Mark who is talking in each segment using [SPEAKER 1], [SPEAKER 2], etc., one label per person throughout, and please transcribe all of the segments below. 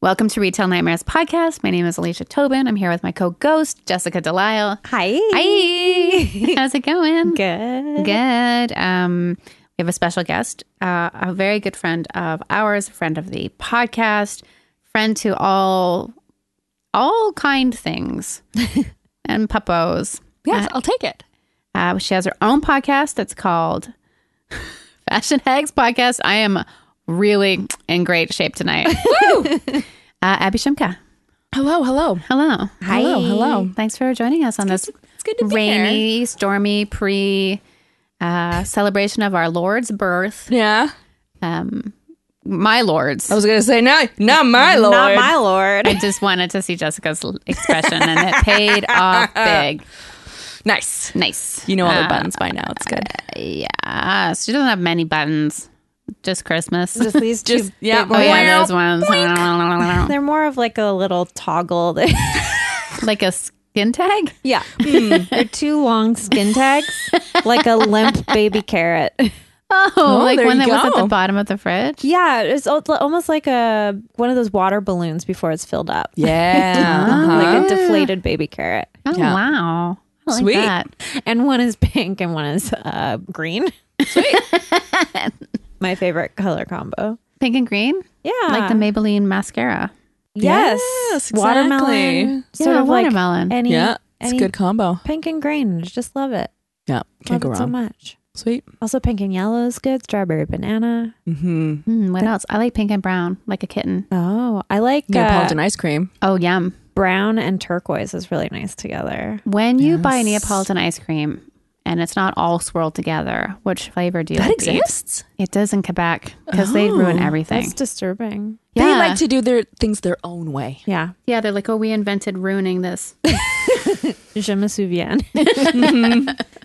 [SPEAKER 1] Welcome to Retail Nightmares Podcast. My name is Alicia Tobin. I'm here with my co ghost, Jessica Delisle.
[SPEAKER 2] Hi.
[SPEAKER 1] Hi. How's it going?
[SPEAKER 2] Good.
[SPEAKER 1] Good. Um, we have a special guest, uh, a very good friend of ours, a friend of the podcast, friend to all all kind things and puppos.
[SPEAKER 2] Yes, I'll take it.
[SPEAKER 1] Uh, she has her own podcast that's called Fashion Hags Podcast. I am really in great shape tonight. uh, Abby Shimka,
[SPEAKER 3] Hello, hello.
[SPEAKER 1] hello.
[SPEAKER 2] Hi.
[SPEAKER 3] Hello, hello.
[SPEAKER 1] Thanks for joining us on this
[SPEAKER 2] It's good to be here.
[SPEAKER 1] rainy, stormy pre uh, celebration of our Lord's birth.
[SPEAKER 3] Yeah.
[SPEAKER 1] Um, my Lord's.
[SPEAKER 3] I
[SPEAKER 2] Oh.
[SPEAKER 3] was going to say, not, not my lord.
[SPEAKER 2] Not my lord.
[SPEAKER 1] I just wanted to see Jessica's l- expression and it paid off big.
[SPEAKER 3] nice.
[SPEAKER 1] Nice.
[SPEAKER 3] You know all the
[SPEAKER 2] Ah.
[SPEAKER 1] Uh,
[SPEAKER 3] buttons by now. It's good.
[SPEAKER 1] Yeah. She doesn't have many buttons, just Christmas.
[SPEAKER 2] Just these two
[SPEAKER 3] Just- yeah,
[SPEAKER 2] big
[SPEAKER 1] Oh yeah,
[SPEAKER 3] Wow.
[SPEAKER 1] those ones.
[SPEAKER 2] They're more of like a little toggle. They're,
[SPEAKER 1] like a skin tag.
[SPEAKER 2] yeah. They're two long skin tags, like a limp baby carrot.
[SPEAKER 1] Oh, like
[SPEAKER 3] there
[SPEAKER 1] one
[SPEAKER 3] you
[SPEAKER 1] that was at the
[SPEAKER 3] go.
[SPEAKER 1] bottom of the fridge.
[SPEAKER 2] Yeah, it's al- almost like a one of those water balloons before it's filled up.
[SPEAKER 3] Yeah. uh-huh.
[SPEAKER 2] Like a deflated baby carrot.
[SPEAKER 1] Oh
[SPEAKER 3] Yeah.
[SPEAKER 1] wow, I like
[SPEAKER 3] Sweet.
[SPEAKER 1] that.
[SPEAKER 2] And one is pink and one is uh, green. My favorite color combo.
[SPEAKER 1] Pink and green,
[SPEAKER 2] Yeah.
[SPEAKER 1] like the Maybelline mascara.
[SPEAKER 2] Yes.
[SPEAKER 3] Yes,
[SPEAKER 2] Watermelon.
[SPEAKER 3] exactly.
[SPEAKER 2] Sort
[SPEAKER 1] yeah,
[SPEAKER 2] of like
[SPEAKER 1] watermelon.
[SPEAKER 2] any,
[SPEAKER 3] yeah. It's a
[SPEAKER 2] any
[SPEAKER 3] good combo.
[SPEAKER 2] Pink and green. Just love it.
[SPEAKER 3] Yeah. Can't go
[SPEAKER 2] love it so
[SPEAKER 3] wrong.
[SPEAKER 2] much.
[SPEAKER 3] Sweet.
[SPEAKER 2] Also, pink and yellow is good. Strawberry banana.
[SPEAKER 3] Mm-hmm.
[SPEAKER 1] Hmm, what else? I like pink and brown, like a kitten.
[SPEAKER 2] Oh, I like uh,
[SPEAKER 3] Neapolitan ice cream.
[SPEAKER 1] Oh yum!
[SPEAKER 2] brown and turquoise is really nice together.
[SPEAKER 1] When you buy
[SPEAKER 3] Yes.
[SPEAKER 1] Neapolitan ice cream and it's not all swirled together, which flavor do you? like to eat? It does in Quebec because they ruin
[SPEAKER 3] Oh,
[SPEAKER 1] everything.
[SPEAKER 2] That's disturbing.
[SPEAKER 1] Yeah,
[SPEAKER 3] They like to do their things their own way.
[SPEAKER 2] Yeah.
[SPEAKER 1] yeah. They're like, oh, we invented ruining this.
[SPEAKER 2] Je me souviens.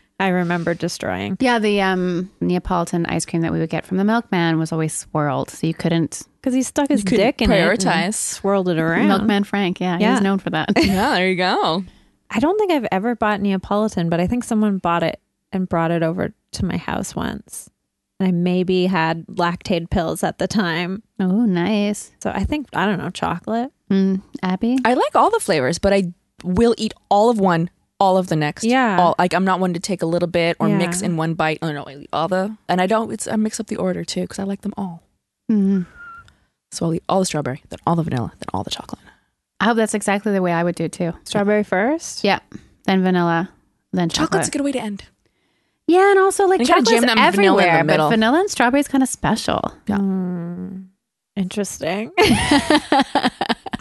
[SPEAKER 2] I remember destroying.
[SPEAKER 1] Yeah, the um, Neapolitan ice cream that we would get from the milkman was always swirled, so you couldn't.
[SPEAKER 2] Because he stuck his
[SPEAKER 3] Could
[SPEAKER 2] dick in it and
[SPEAKER 3] prioritize.
[SPEAKER 2] swirled it around.
[SPEAKER 1] Milkman Frank, yeah,
[SPEAKER 2] Yeah.
[SPEAKER 1] he's known for that.
[SPEAKER 3] Yeah, there you go.
[SPEAKER 2] I don't think I've ever bought Neapolitan, but I think someone bought it and brought it over to my house once. And I maybe had lactaid pills at the time.
[SPEAKER 1] oh, nice.
[SPEAKER 2] So I think, I don't know, chocolate.
[SPEAKER 1] Mm, Abby,
[SPEAKER 3] I like all the flavors, but I will eat all of one, all of the next.
[SPEAKER 2] Yeah.
[SPEAKER 3] All like I'm not one to take a little bit or
[SPEAKER 2] Yeah.
[SPEAKER 3] mix in one bite. Oh no, I eat all the and I don't. It's I mix up the order too because I like them all. Mm-hmm.
[SPEAKER 1] Mm.
[SPEAKER 3] So I'll eat all the strawberry, then all the vanilla, then all the chocolate.
[SPEAKER 1] I hope that's exactly the way I would do it too.
[SPEAKER 2] Strawberry first?
[SPEAKER 1] Yeah, then vanilla, then chocolate.
[SPEAKER 3] Chocolate's a good way to end.
[SPEAKER 1] yeah, and also like
[SPEAKER 3] And kinda
[SPEAKER 1] chocolate's
[SPEAKER 3] jam that vanilla in the
[SPEAKER 1] everywhere, but
[SPEAKER 3] middle.
[SPEAKER 1] vanilla and strawberry is kind of special.
[SPEAKER 2] Mm, interesting.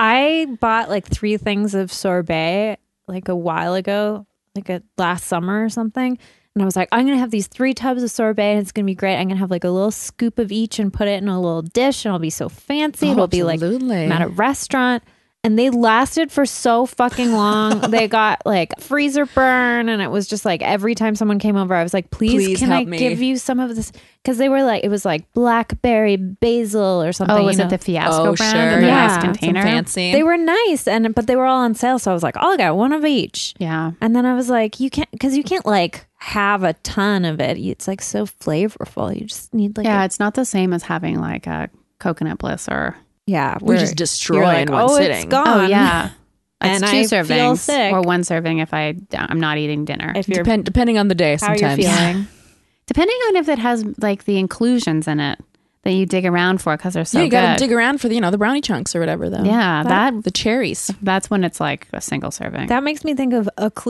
[SPEAKER 2] I bought like three things of sorbet like a while ago, like a last summer or something. And I was like, I'm gonna have these three tubs of sorbet and it's gonna be great. I'm gonna have like a little scoop of each and put it in a little dish and it'll be so fancy. it'll be like
[SPEAKER 3] absolutely.
[SPEAKER 2] I'm at a restaurant. And they lasted for so fucking long. they got like freezer burn, and it was just like every time someone came over, I was like, "Please,
[SPEAKER 3] Please
[SPEAKER 2] can I
[SPEAKER 3] help me."
[SPEAKER 2] give you some of this?" Because they were like, it was like blackberry basil or something.
[SPEAKER 1] Oh, was
[SPEAKER 2] you
[SPEAKER 1] it
[SPEAKER 2] know?
[SPEAKER 1] the fiasco
[SPEAKER 3] Oh,
[SPEAKER 1] brand
[SPEAKER 3] sure.
[SPEAKER 1] in the
[SPEAKER 2] Yeah.
[SPEAKER 1] nice
[SPEAKER 2] Some
[SPEAKER 1] container?
[SPEAKER 3] Some fancy.
[SPEAKER 2] They were nice, and but they were all on sale, so I was like, "I'll get one of each."
[SPEAKER 1] Yeah,
[SPEAKER 2] And then I was like, "You can't," because you can't like have a ton of it. It's like so flavorful. You just need like,
[SPEAKER 1] yeah,
[SPEAKER 2] a,
[SPEAKER 1] it's not the same as having like a coconut bliss or
[SPEAKER 2] yeah.
[SPEAKER 3] we
[SPEAKER 2] where
[SPEAKER 3] just destroy
[SPEAKER 2] you're like,
[SPEAKER 3] in one
[SPEAKER 2] oh,
[SPEAKER 3] sitting.
[SPEAKER 2] it's gone.
[SPEAKER 1] oh yeah. It's
[SPEAKER 2] And
[SPEAKER 1] two
[SPEAKER 2] I feel
[SPEAKER 1] servings
[SPEAKER 2] sick.
[SPEAKER 1] or one serving if I I'm not eating dinner.
[SPEAKER 2] If you're
[SPEAKER 3] Depend, depending on the day,
[SPEAKER 2] how
[SPEAKER 3] sometimes.
[SPEAKER 2] you're feeling.
[SPEAKER 1] Depending on if it has like the inclusions in it that you dig around for because they're so
[SPEAKER 3] Yeah, you gotta
[SPEAKER 1] good.
[SPEAKER 3] dig around for the you know the brownie chunks or whatever though.
[SPEAKER 1] yeah, that
[SPEAKER 3] the cherries.
[SPEAKER 1] that's when it's like a single serving.
[SPEAKER 2] That makes me think of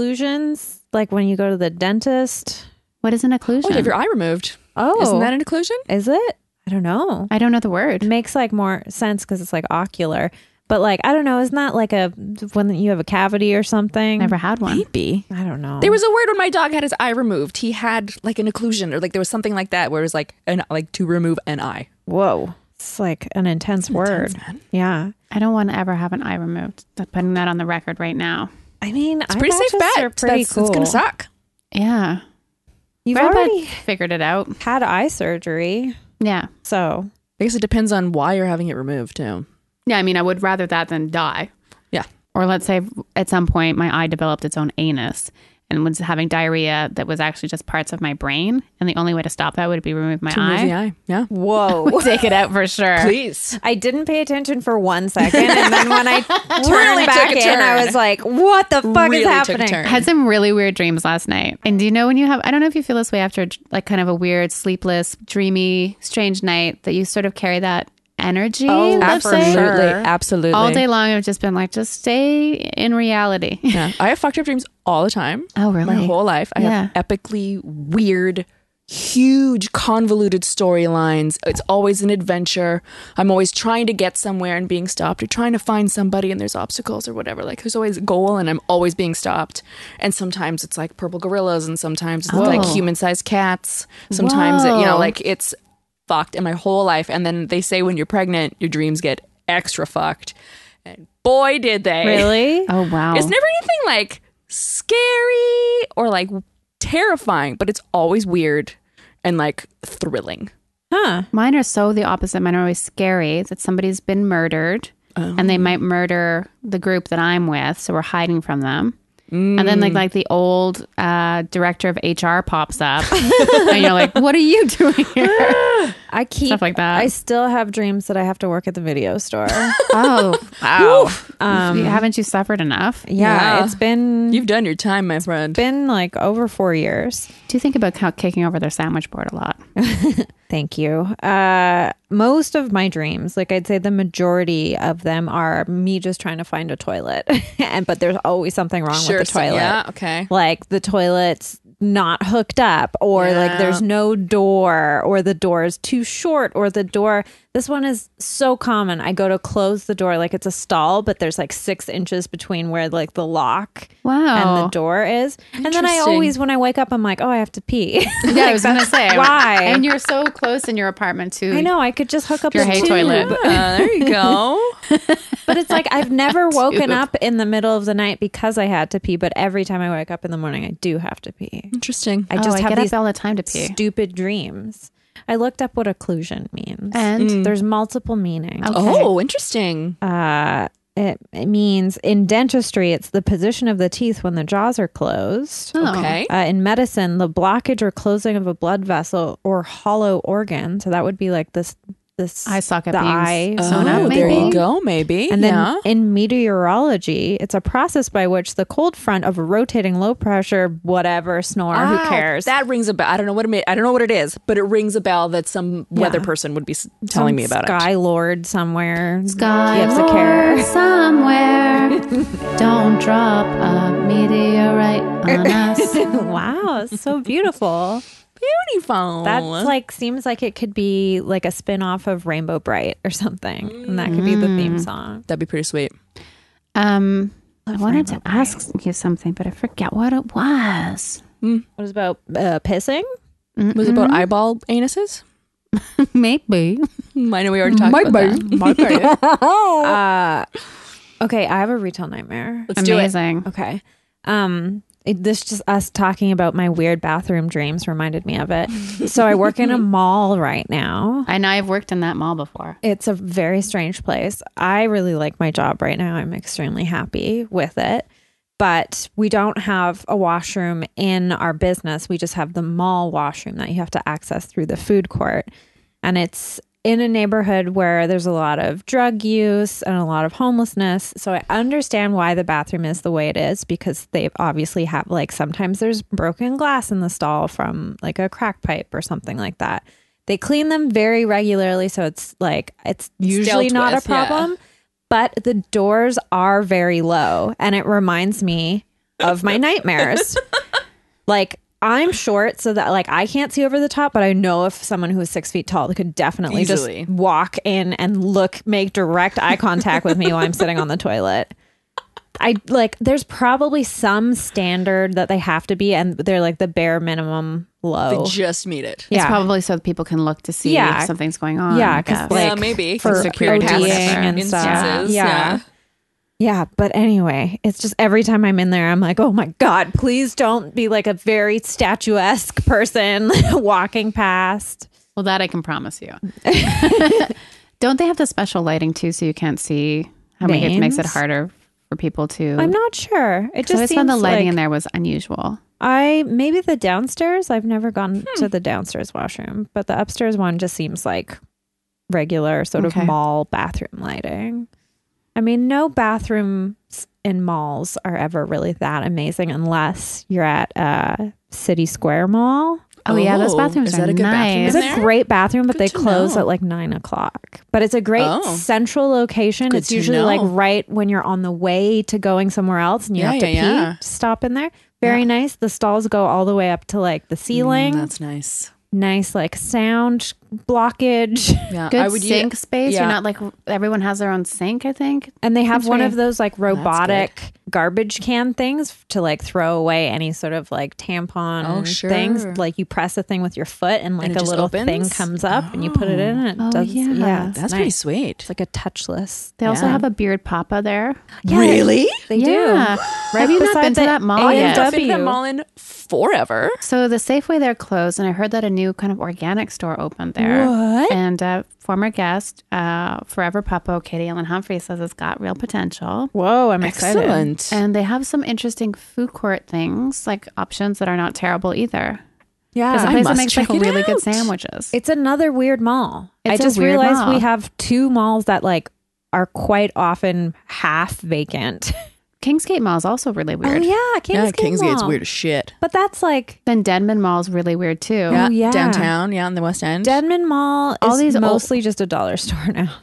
[SPEAKER 2] occlusions, like when you go to the dentist.
[SPEAKER 1] what is an occlusion?
[SPEAKER 3] Oh, you have your eye removed.
[SPEAKER 2] Oh,
[SPEAKER 3] Isn't that an occlusion?
[SPEAKER 2] is it? I don't know.
[SPEAKER 1] I don't know the
[SPEAKER 2] It
[SPEAKER 1] word.
[SPEAKER 2] makes like more sense because it's like ocular, but like I don't know. Isn't that like a when you have a cavity or something?
[SPEAKER 1] Never had one.
[SPEAKER 3] Maybe.
[SPEAKER 2] I don't know.
[SPEAKER 3] There was a word when my dog had his eye removed. He had like an occlusion, or like there was something like that, where it was like an like to remove an eye.
[SPEAKER 2] whoa. It's like an intense word.
[SPEAKER 3] Intense, man.
[SPEAKER 2] Yeah.
[SPEAKER 1] I don't want to ever have an eye removed. I'm putting that on the record right now.
[SPEAKER 2] I mean,
[SPEAKER 3] It's a pretty safe bet.
[SPEAKER 2] Are pretty
[SPEAKER 3] That's-
[SPEAKER 2] cool.
[SPEAKER 3] It's gonna suck.
[SPEAKER 1] Yeah,
[SPEAKER 2] You've
[SPEAKER 1] Right, but
[SPEAKER 2] already
[SPEAKER 1] figured it out.
[SPEAKER 2] had eye surgery,
[SPEAKER 1] Yeah,
[SPEAKER 2] so
[SPEAKER 3] I guess it depends on why you're having it removed too.
[SPEAKER 1] yeah. I mean, I would rather that than die.
[SPEAKER 3] Yeah.
[SPEAKER 1] Or let's say at some point my eye developed its own anus and was having diarrhea that was actually just parts of my brain. And the only way to stop that would be remove my
[SPEAKER 3] Move the
[SPEAKER 1] eye.
[SPEAKER 3] eye. Yeah.
[SPEAKER 2] Whoa.
[SPEAKER 1] Would Take it out for sure.
[SPEAKER 3] Please.
[SPEAKER 2] I didn't pay attention for one second, and then when I turned
[SPEAKER 3] Really took
[SPEAKER 2] back
[SPEAKER 3] a
[SPEAKER 2] in, I
[SPEAKER 3] turn.
[SPEAKER 2] was like, "What the fuck
[SPEAKER 3] Really
[SPEAKER 2] is
[SPEAKER 3] took a
[SPEAKER 2] happening?"
[SPEAKER 3] turn.
[SPEAKER 1] had some really weird dreams last night. And do you know when you have, I don't know if you feel this way after like kind of a weird, sleepless, dreamy, strange night that you sort of carry that energy,
[SPEAKER 3] Oh,
[SPEAKER 1] let's say,
[SPEAKER 3] Absolutely. Absolutely.
[SPEAKER 1] all day long. I've just been like, just stay in reality.
[SPEAKER 3] Yeah. I have fucked up dreams all the time.
[SPEAKER 1] Oh, really?
[SPEAKER 3] My whole life. I have epically weird, huge, convoluted storylines. It's always an adventure. I'm always trying to get somewhere and being stopped or trying to find somebody and there's obstacles or whatever. Like there's always a goal and I'm always being stopped. And sometimes it's like purple gorillas and sometimes it's like
[SPEAKER 1] Oh.
[SPEAKER 3] human sized cats. Sometimes, it, you know,
[SPEAKER 1] Whoa.
[SPEAKER 3] like it's fucked in my whole life. And then they say when you're pregnant, your dreams get extra fucked. And boy, did they.
[SPEAKER 2] Really?
[SPEAKER 1] Oh, wow.
[SPEAKER 3] It's never anything like scary or like terrifying, but it's always weird and like thrilling.
[SPEAKER 2] Huh?
[SPEAKER 1] Mine are so the opposite. Mine are always scary that somebody's been murdered and they might murder the group that I'm with. So we're hiding from them. And then like like the old uh, director of HR pops up and you're like, what are you doing here?
[SPEAKER 2] I keep
[SPEAKER 1] Stuff like that.
[SPEAKER 2] I still have dreams that I have to work at the video store. yeah,
[SPEAKER 1] Oh, wow. um, haven't you suffered enough?
[SPEAKER 3] Yeah.
[SPEAKER 2] it's been
[SPEAKER 3] You've done your time, my friend.
[SPEAKER 2] been like over four years.
[SPEAKER 1] Do you think about ca- kicking over their sandwich board a lot?
[SPEAKER 2] Thank you. Uh, most of my dreams, like I'd say, the majority of them are me just trying to find a toilet, and but there's always something wrong
[SPEAKER 3] Sure,
[SPEAKER 2] with the
[SPEAKER 3] so-
[SPEAKER 2] toilet.
[SPEAKER 3] yeah, okay.
[SPEAKER 2] like the toilet's not hooked up or like
[SPEAKER 3] Yeah.
[SPEAKER 2] there's no door or the door is too short or the door this one is so common i go to close the door like it's a stall but there's like six inches between where like the lock and
[SPEAKER 1] Wow.
[SPEAKER 2] the door is and then i
[SPEAKER 3] Interesting.
[SPEAKER 2] always when i wake up i'm like oh i have to pee
[SPEAKER 1] yeah, I was going to say.
[SPEAKER 2] why?
[SPEAKER 1] And you're so close in your apartment to
[SPEAKER 2] i know i could just hook up
[SPEAKER 1] Your
[SPEAKER 2] the
[SPEAKER 1] hay
[SPEAKER 2] tube.
[SPEAKER 1] toilet.
[SPEAKER 3] Yeah, Uh, there you go.
[SPEAKER 2] but it's like i've never woken up in the middle of the night because i had to pee but every time i wake up in the morning i do have to pee
[SPEAKER 3] Interesting.
[SPEAKER 2] i
[SPEAKER 1] Oh,
[SPEAKER 2] just
[SPEAKER 1] I
[SPEAKER 2] have
[SPEAKER 1] get
[SPEAKER 2] these
[SPEAKER 1] up all the time to pee.
[SPEAKER 2] stupid dreams. I looked up what occlusion means.
[SPEAKER 1] And
[SPEAKER 2] There's multiple meanings.
[SPEAKER 1] Okay.
[SPEAKER 3] Oh, interesting.
[SPEAKER 2] Uh, it, it means in dentistry, it's the position of the teeth when the jaws are closed.
[SPEAKER 3] Okay.
[SPEAKER 2] Uh, in medicine, the blockage or closing of a blood vessel or hollow organ. So that would be like this, this
[SPEAKER 1] Eye socket
[SPEAKER 2] the
[SPEAKER 1] being
[SPEAKER 2] eye.
[SPEAKER 1] s- sewn up,
[SPEAKER 3] Oh, there
[SPEAKER 1] maybe?
[SPEAKER 3] you go. Maybe.
[SPEAKER 2] And then
[SPEAKER 3] yeah.
[SPEAKER 2] in meteorology, it's a process by which the cold front of a rotating low pressure, whatever, snore,
[SPEAKER 3] Ah,
[SPEAKER 2] who cares?
[SPEAKER 3] That rings a bell. I don't know what it. ma- I don't know what it is, but it rings a bell that some weather person would be s- telling me about it.
[SPEAKER 2] Sky Lord somewhere.
[SPEAKER 1] Sky
[SPEAKER 2] gives a care.
[SPEAKER 1] Lord somewhere. Don't drop a meteorite on us.
[SPEAKER 2] wow, it's so beautiful.
[SPEAKER 3] Beautiful.
[SPEAKER 2] That like seems like it could be like a spin-off of Rainbow Bright or something. And that could be the
[SPEAKER 3] Mm.
[SPEAKER 2] theme song.
[SPEAKER 3] That'd be pretty sweet.
[SPEAKER 1] Um, I wanted to ask you something, but I forget what it was.
[SPEAKER 2] What is about uh, pissing?
[SPEAKER 3] Was it about eyeball anuses?
[SPEAKER 1] Maybe.
[SPEAKER 3] I know we already talked about that. Oh.
[SPEAKER 2] Uh, Okay, I have a retail nightmare.
[SPEAKER 3] Let's do it.
[SPEAKER 1] Amazing.
[SPEAKER 2] Okay. Um it, this just us talking about my weird bathroom dreams reminded me of it. so I work in a mall right now.
[SPEAKER 1] I know I've worked in that mall before.
[SPEAKER 2] It's a very strange place. I really like my job right now. I'm extremely happy with it. But we don't have a washroom in our business. We just have the mall washroom that you have to access through the food court. And it's in a neighborhood where there's a lot of drug use and a lot of homelessness. So I understand why the bathroom is the way it is because they obviously have, like, sometimes there's broken glass in the stall from like a crack pipe or something like that. They clean them very regularly. So it's like, it's usually
[SPEAKER 3] dealt
[SPEAKER 2] not
[SPEAKER 3] with,
[SPEAKER 2] a
[SPEAKER 3] yeah.
[SPEAKER 2] problem but the doors are very low and it reminds me of my nightmares like i'm short so that like i can't see over the top but i know if someone who is six feet tall could definitely
[SPEAKER 3] Easily.
[SPEAKER 2] just walk in and look make direct eye contact with me while i'm sitting on the toilet i like there's probably some standard that they have to be and they're like the bare minimum low
[SPEAKER 3] Just meet it.
[SPEAKER 1] It's
[SPEAKER 2] yeah
[SPEAKER 1] probably so that people can look to see
[SPEAKER 2] Yeah.
[SPEAKER 1] if something's going on.
[SPEAKER 2] Yeah,
[SPEAKER 1] I
[SPEAKER 2] 'cause,
[SPEAKER 1] guess.
[SPEAKER 2] like,
[SPEAKER 3] yeah, maybe
[SPEAKER 2] for
[SPEAKER 1] security
[SPEAKER 2] ODing
[SPEAKER 1] cameras
[SPEAKER 2] and stuff.
[SPEAKER 3] instances.
[SPEAKER 2] Yeah. Yeah, but anyway, it's just every time I'm in there, I'm like, oh my God, please don't be like a very statuesque person walking past.
[SPEAKER 1] Well, that I can promise you. Don't they have the special lighting too, so you can't see how many it makes it
[SPEAKER 2] Veins?
[SPEAKER 1] harder for people to.
[SPEAKER 2] I'm not sure. It
[SPEAKER 1] So
[SPEAKER 2] just
[SPEAKER 1] I just
[SPEAKER 2] seems
[SPEAKER 1] found the lighting
[SPEAKER 2] like
[SPEAKER 1] in there was unusual.
[SPEAKER 2] I maybe the downstairs. I've never gone to the downstairs washroom, but the upstairs one just seems like regular sort
[SPEAKER 1] Okay.
[SPEAKER 2] of mall bathroom lighting. I mean, no bathrooms in malls are ever really that amazing unless you're at uh, City Square Mall.
[SPEAKER 1] Oh, yeah, those
[SPEAKER 3] Oh,
[SPEAKER 1] bathrooms
[SPEAKER 3] is that
[SPEAKER 1] are
[SPEAKER 3] a good bathroom in
[SPEAKER 1] nice.
[SPEAKER 2] It's
[SPEAKER 3] there?
[SPEAKER 2] a great bathroom, but
[SPEAKER 3] Good
[SPEAKER 2] they
[SPEAKER 3] to
[SPEAKER 2] close
[SPEAKER 3] know.
[SPEAKER 2] at like nine o'clock. But it's a great
[SPEAKER 3] Oh.
[SPEAKER 2] central location.
[SPEAKER 3] Good
[SPEAKER 2] it's
[SPEAKER 3] to
[SPEAKER 2] usually like
[SPEAKER 3] know.
[SPEAKER 2] right when you're on the way to going somewhere else and you
[SPEAKER 3] Yeah,
[SPEAKER 2] have to
[SPEAKER 3] yeah,
[SPEAKER 2] pee.
[SPEAKER 3] yeah.
[SPEAKER 2] Stop in there. Very nice. The stalls go all the way up to like the ceiling.
[SPEAKER 3] Mm, That's nice.
[SPEAKER 2] nice, like sound blockage.
[SPEAKER 3] Yeah,
[SPEAKER 1] Good
[SPEAKER 3] u-
[SPEAKER 1] sink space.
[SPEAKER 3] yeah.
[SPEAKER 1] You're not like everyone has their own sink. I think.
[SPEAKER 2] And they have
[SPEAKER 1] That's
[SPEAKER 2] one
[SPEAKER 1] right.
[SPEAKER 2] of those like robotic garbage can things to like throw away any sort of like tampon
[SPEAKER 3] Oh,
[SPEAKER 2] things.
[SPEAKER 3] sure.
[SPEAKER 2] Like you press a thing with your foot and like
[SPEAKER 3] it
[SPEAKER 2] a
[SPEAKER 3] just
[SPEAKER 2] little thing
[SPEAKER 3] opens?
[SPEAKER 2] comes up and you put it in and it
[SPEAKER 1] Oh,
[SPEAKER 2] does.
[SPEAKER 1] yeah.
[SPEAKER 2] it's
[SPEAKER 3] That's
[SPEAKER 2] nice.
[SPEAKER 3] pretty sweet.
[SPEAKER 2] It's like a touchless.
[SPEAKER 1] They also
[SPEAKER 3] Yeah.
[SPEAKER 1] have a beard papa there.
[SPEAKER 2] Yeah,
[SPEAKER 3] really?
[SPEAKER 2] They
[SPEAKER 1] Yeah.
[SPEAKER 2] do.
[SPEAKER 1] Have you not
[SPEAKER 2] beside
[SPEAKER 1] been to
[SPEAKER 2] the
[SPEAKER 1] that mall
[SPEAKER 2] A&W.
[SPEAKER 1] yet?
[SPEAKER 3] Oh, I've been to that mall in forever.
[SPEAKER 1] So the Safeway there closed, and I heard that a new kind of organic store opened there.
[SPEAKER 2] What?
[SPEAKER 1] And uh, former guest, uh, Forever Papo, Katie Ellen Humphrey says it's got real potential.
[SPEAKER 2] Whoa, I'm excited.
[SPEAKER 3] Excellent.
[SPEAKER 1] And they have some interesting food court things, like options that are not terrible either. There's a
[SPEAKER 2] Yeah.
[SPEAKER 3] Ah, I
[SPEAKER 1] place that
[SPEAKER 3] must
[SPEAKER 1] makes like
[SPEAKER 3] check it
[SPEAKER 1] really good
[SPEAKER 3] out.
[SPEAKER 1] sandwiches.
[SPEAKER 2] It's another weird mall. I
[SPEAKER 1] It's a
[SPEAKER 2] just
[SPEAKER 1] weird
[SPEAKER 2] realized
[SPEAKER 1] mall.
[SPEAKER 2] we have two malls that like are quite often half vacant.
[SPEAKER 1] Kingsgate Mall is also really weird.
[SPEAKER 2] Oh yeah, Kingsgate Mall.
[SPEAKER 3] as shit.
[SPEAKER 2] But that's like
[SPEAKER 1] Then Denman Mall is really weird too.
[SPEAKER 3] Yeah,
[SPEAKER 2] yeah.
[SPEAKER 3] downtown. Yeah, in the West End.
[SPEAKER 2] Denman Mall
[SPEAKER 1] All
[SPEAKER 2] is
[SPEAKER 1] these old-
[SPEAKER 2] mostly just a dollar store now.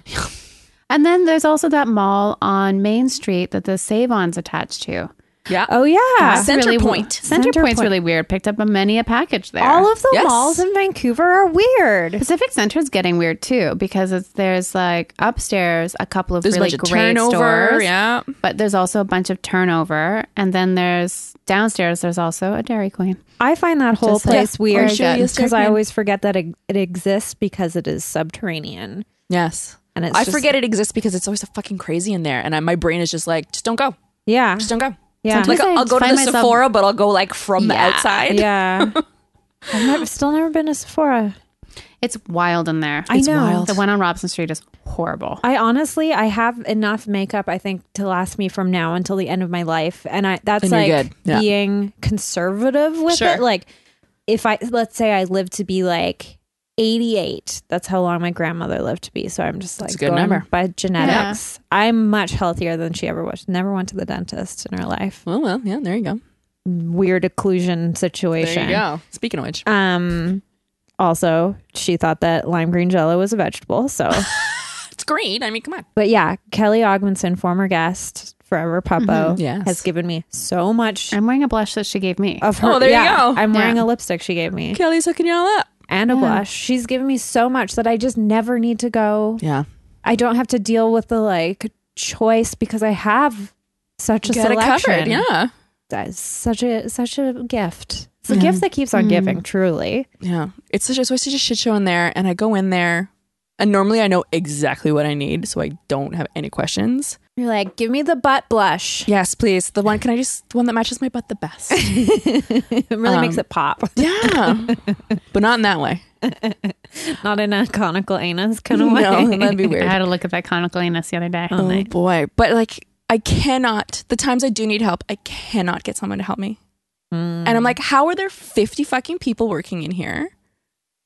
[SPEAKER 1] And then there's also that mall on Main Street that the Save-On's attached to.
[SPEAKER 3] yeah.
[SPEAKER 2] Oh yeah.
[SPEAKER 1] That's really
[SPEAKER 3] Center
[SPEAKER 1] wo-
[SPEAKER 3] Point.
[SPEAKER 1] Center,
[SPEAKER 2] Center
[SPEAKER 1] Point's
[SPEAKER 2] Point.
[SPEAKER 1] really weird. Picked up a many a package there.
[SPEAKER 2] All of the
[SPEAKER 3] Yes.
[SPEAKER 2] malls in Vancouver are weird.
[SPEAKER 1] Pacific Center is getting weird too because it's there's like upstairs a couple of
[SPEAKER 3] There's
[SPEAKER 1] really
[SPEAKER 3] a bunch of
[SPEAKER 1] great
[SPEAKER 3] turnover.
[SPEAKER 1] stores,
[SPEAKER 3] Yeah.
[SPEAKER 1] but there's also a bunch of turnover, and then there's downstairs. There's also a Dairy Queen.
[SPEAKER 2] I find that whole
[SPEAKER 1] Just like-
[SPEAKER 2] place weird
[SPEAKER 3] Or Julius
[SPEAKER 2] because I
[SPEAKER 3] Kirkman.
[SPEAKER 2] always forget that it, it exists because it is subterranean.
[SPEAKER 3] Yes.
[SPEAKER 2] And it's
[SPEAKER 3] I
[SPEAKER 2] just-
[SPEAKER 3] forget it exists because it's always so fucking crazy in there, and I, my brain is just like, just don't go,
[SPEAKER 2] Yeah.
[SPEAKER 3] just don't go.
[SPEAKER 2] Yeah.
[SPEAKER 3] Like
[SPEAKER 1] Sometimes I
[SPEAKER 3] I'll go to the
[SPEAKER 1] find myself-
[SPEAKER 3] Sephora, but I'll go like from the
[SPEAKER 1] Yeah.
[SPEAKER 3] outside.
[SPEAKER 2] Yeah. I've never, still never been to Sephora.
[SPEAKER 1] It's wild in there.
[SPEAKER 2] I It's know. wild.
[SPEAKER 1] the one on Robson Street is horrible.
[SPEAKER 2] I honestly, I have enough makeup, I think, to last me from now until the end of my life. And I that's
[SPEAKER 3] And you're
[SPEAKER 2] like
[SPEAKER 3] good. Yeah.
[SPEAKER 2] being conservative with
[SPEAKER 3] Sure.
[SPEAKER 2] it. Like, if I, let's say I live to be like 88, that's how long my grandmother lived to be. So I'm just like,
[SPEAKER 3] a good
[SPEAKER 2] going
[SPEAKER 3] number.
[SPEAKER 2] by genetics. I'm much healthier than she ever was. Never went to the dentist in her life.
[SPEAKER 3] Well, well, yeah. There you go.
[SPEAKER 2] Weird occlusion
[SPEAKER 3] There
[SPEAKER 2] situation.
[SPEAKER 3] you go. Speaking of which,
[SPEAKER 2] Um, also, she thought that lime green jello was a vegetable. So,
[SPEAKER 3] it's green. I mean, come on.
[SPEAKER 2] but yeah, Kelly Ogmanson, former guest, forever Popo,
[SPEAKER 3] Yes.
[SPEAKER 2] has given me so much
[SPEAKER 1] Mm-hmm. I'm wearing a blush that she gave me.
[SPEAKER 2] of her.
[SPEAKER 3] Oh, there you
[SPEAKER 2] yeah,
[SPEAKER 3] go.
[SPEAKER 2] I'm wearing
[SPEAKER 1] Yeah.
[SPEAKER 2] a lipstick she gave me
[SPEAKER 3] Kelly's hooking y'all up.
[SPEAKER 2] and a blush. She's given me so much that I just never need to go.
[SPEAKER 3] Yeah.
[SPEAKER 2] I don't have to deal with the like choice because I have such a
[SPEAKER 3] Get it
[SPEAKER 2] selection.
[SPEAKER 3] covered. Yeah.
[SPEAKER 2] that's such a such a gift. It's a gift that keeps
[SPEAKER 1] Mm.
[SPEAKER 2] on giving. Truly,
[SPEAKER 3] Yeah. It's such, it's always such a shit show in there. And I go in there and normally I know exactly what I need. So I don't have any questions.
[SPEAKER 2] you're like, give me the butt blush.
[SPEAKER 3] Yes, please. The one, can I just, the one that matches my butt the best?
[SPEAKER 2] It really makes
[SPEAKER 3] Um,
[SPEAKER 2] it pop.
[SPEAKER 3] yeah. but not in that way.
[SPEAKER 2] Not in a conical anus kind of way.
[SPEAKER 3] No, that'd be
[SPEAKER 1] I
[SPEAKER 3] weird.
[SPEAKER 1] had a look at that conical anus the other day.
[SPEAKER 3] Oh boy. But like, I cannot, the times I do need help, I cannot get someone to help me.
[SPEAKER 2] Mm.
[SPEAKER 3] And I'm like, how are there 50 fucking people working in here?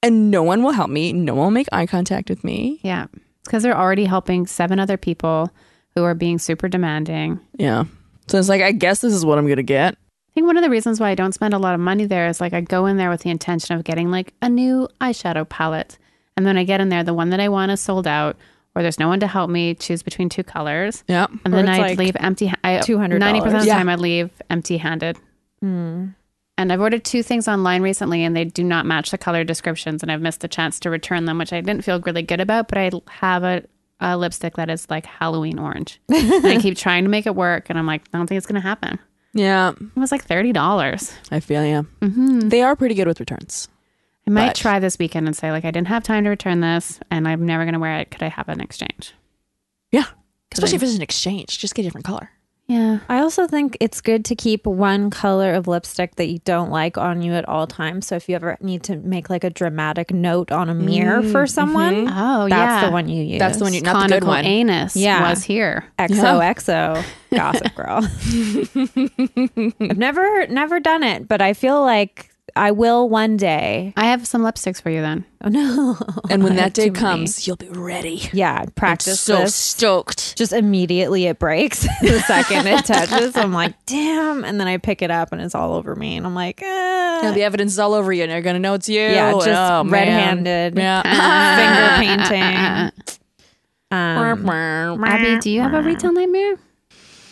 [SPEAKER 3] And no one will help me. No one will make eye contact with me.
[SPEAKER 1] Yeah, it's because they're already helping seven other people who are being super demanding.
[SPEAKER 3] Yeah. So it's like, I guess this is what I'm going to get.
[SPEAKER 1] I think one of the reasons why I don't spend a lot of money there is like I go in there with the intention of getting like a new eyeshadow palette. And then I get in there, the one that I want is sold out, or there's no one to help me choose between two colors.
[SPEAKER 3] Yeah.
[SPEAKER 1] And
[SPEAKER 2] Or
[SPEAKER 1] then
[SPEAKER 2] it's
[SPEAKER 1] I
[SPEAKER 2] like
[SPEAKER 1] leave empty. I,
[SPEAKER 2] $200.
[SPEAKER 1] 90% of the
[SPEAKER 3] Yeah.
[SPEAKER 1] time I leave empty handed.
[SPEAKER 2] Hmm.
[SPEAKER 1] And I've ordered two things online recently and they do not match the color descriptions. And I've missed the chance to return them, which I didn't feel really good about. But I have a, a lipstick that is like Halloween orange. and I keep trying to make it work. And I'm like, I don't think it's going to happen.
[SPEAKER 3] Yeah.
[SPEAKER 1] It was like $30.
[SPEAKER 3] I feel yeah. They are pretty good with returns.
[SPEAKER 1] I might
[SPEAKER 3] But-
[SPEAKER 1] try this weekend and say like I didn't have time to return this and I'm never going to wear it. Could I have an exchange?
[SPEAKER 3] Yeah. Especially if it's an exchange, just get a different color.
[SPEAKER 1] Yeah.
[SPEAKER 2] I also think it's good to keep one color of lipstick that you don't like on you at all times. So if you ever need to make like a dramatic note on a mirror for someone,
[SPEAKER 1] Oh,
[SPEAKER 2] that's
[SPEAKER 1] yeah.
[SPEAKER 2] the one you use.
[SPEAKER 3] That's the one you not the good
[SPEAKER 1] Conical
[SPEAKER 3] one.
[SPEAKER 1] anus
[SPEAKER 2] Yeah.
[SPEAKER 1] was here.
[SPEAKER 2] XOXO Gossip Girl. I've never never done it, but I feel like I will one day.
[SPEAKER 1] I have some lipsticks for you then.
[SPEAKER 2] Oh no!
[SPEAKER 3] And when that day
[SPEAKER 2] too many.
[SPEAKER 3] comes, you'll be ready.
[SPEAKER 2] Yeah, practice
[SPEAKER 3] so
[SPEAKER 2] this.
[SPEAKER 3] stoked.
[SPEAKER 2] Just immediately it breaks the second it touches. I'm like, damn, and then I pick it up and it's all over me, and I'm like, eh.
[SPEAKER 3] Now the evidence is all over you, and they're gonna know it's you.
[SPEAKER 2] Yeah, just
[SPEAKER 3] Oh, man.
[SPEAKER 2] red-handed. finger painting. Um,
[SPEAKER 3] Yeah.
[SPEAKER 1] Abby, do you have a retail nightmare?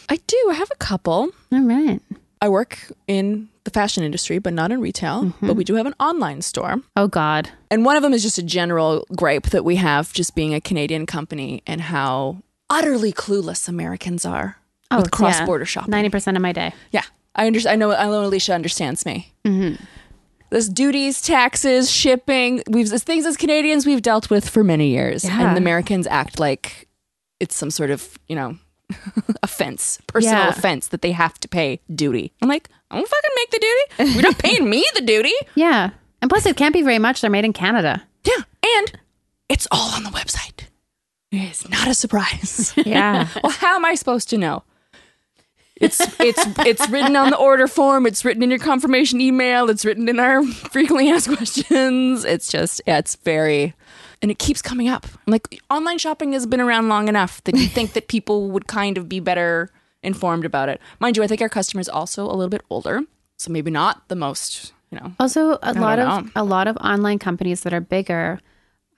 [SPEAKER 3] I do. I have a couple.
[SPEAKER 1] All right.
[SPEAKER 3] I work in the fashion industry, but not in retail. But we do have an online store.
[SPEAKER 1] Oh God.
[SPEAKER 3] And one of them is just a general gripe that we have just being a Canadian company and how utterly clueless Americans are
[SPEAKER 1] Oh,
[SPEAKER 3] with cross border shopping.
[SPEAKER 1] Ninety percent of my day.
[SPEAKER 3] yeah. I under- I know I know Alicia understands me. Mm-hmm. This duties, taxes, shipping, we've these things as Canadians we've dealt with for many years.
[SPEAKER 2] Yeah.
[SPEAKER 3] And the Americans act like it's some sort of, you know, offense, personal
[SPEAKER 1] Yeah.
[SPEAKER 3] offense that they have to pay duty. I'm like, I don't fucking make the duty. You're not paying me the duty.
[SPEAKER 1] Yeah. And plus, it can't be very much. They're made in Canada.
[SPEAKER 3] Yeah, and it's all on the website. It's not a surprise.
[SPEAKER 2] yeah.
[SPEAKER 3] well, how am I supposed to know? It's it's it's written on the order form. It's written in your confirmation email. It's written in our frequently asked questions. It's just yeah, it's very, and it keeps coming up. I'm like online shopping has been around long enough that you think that people would kind of be better informed about it. Mind you, I think our customers also a little bit older, so maybe not the most you know.
[SPEAKER 1] Also, a lot
[SPEAKER 3] don't
[SPEAKER 1] of a lot of online companies that are bigger,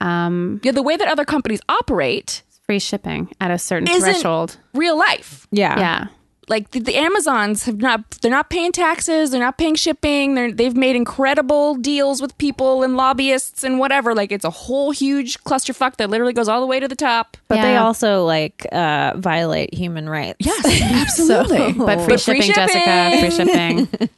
[SPEAKER 1] um,
[SPEAKER 3] Yeah, the way that other companies operate,
[SPEAKER 1] free shipping at a certain
[SPEAKER 3] Isn't- Ah.
[SPEAKER 1] threshold.
[SPEAKER 3] real life.
[SPEAKER 2] Yeah.
[SPEAKER 1] Yeah.
[SPEAKER 3] like the, the Amazons have not they're not paying taxes, they're not paying shipping, they're, they've made incredible deals with people and lobbyists and whatever. Like it's a whole huge clusterfuck that literally goes all the way to the top.
[SPEAKER 2] But they
[SPEAKER 1] Yeah.
[SPEAKER 2] also like uh, violate human rights.
[SPEAKER 3] absolutely.
[SPEAKER 1] But free
[SPEAKER 3] Oh. But free
[SPEAKER 1] shipping, Jessica. Free shipping.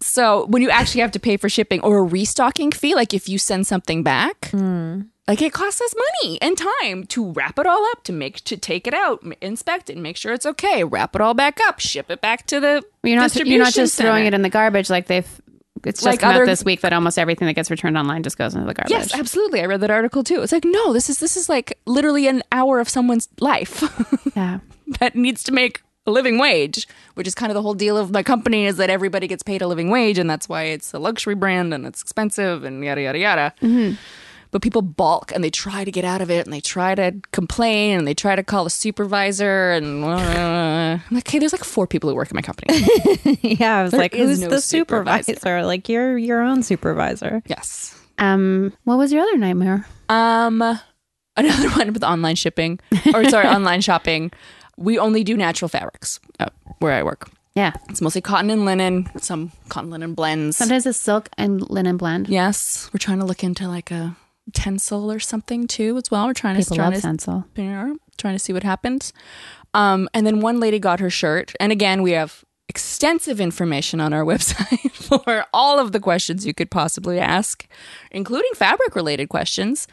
[SPEAKER 3] so when you actually have to pay for shipping or a restocking fee, like if you send something back,
[SPEAKER 1] Hmm.
[SPEAKER 3] like it costs us money and time to wrap it all up, to make to take it out, m- inspect it, make sure it's okay, wrap it all back up, ship it back to the
[SPEAKER 1] You're not. You're not just throwing it
[SPEAKER 3] in.
[SPEAKER 1] in the garbage like they've. It's just
[SPEAKER 3] Like
[SPEAKER 1] come out
[SPEAKER 3] other-
[SPEAKER 1] this week that almost everything that gets returned online just goes into the garbage.
[SPEAKER 3] Yes, absolutely. I read that article too. It's like, no, this is this is like literally an hour of someone's life
[SPEAKER 1] Yeah.
[SPEAKER 3] that needs to make a living wage, which is kind of the whole deal of my company is that everybody gets paid a living wage, and that's why it's a luxury brand and it's expensive and yada yada yada. But people balk and they try to get out of it and they try to complain and they try to call a supervisor and uh, I'm like, hey, there's like four people who work in my company.
[SPEAKER 2] yeah. I was like,
[SPEAKER 3] is
[SPEAKER 2] who's
[SPEAKER 3] no
[SPEAKER 2] the
[SPEAKER 3] supervisor.
[SPEAKER 2] supervisor? Like, you're your own supervisor.
[SPEAKER 3] yes.
[SPEAKER 1] Um. What was your other nightmare?
[SPEAKER 3] Um, another one with online shipping, or sorry, online shopping. We only do natural fabrics uh, where I work.
[SPEAKER 1] Yeah.
[SPEAKER 3] It's mostly cotton and linen, some cotton linen blends.
[SPEAKER 1] Sometimes it's silk and linen blend.
[SPEAKER 3] yes, we're trying to look into like a tencel or something too as well. We're trying to
[SPEAKER 1] People
[SPEAKER 3] trying
[SPEAKER 1] love
[SPEAKER 3] to
[SPEAKER 1] stencil.
[SPEAKER 3] entrepreneur, trying to see what happens. Um, and then one lady got her shirt. And again, we have extensive information on our website for all of the questions you could possibly ask, including fabric related questions.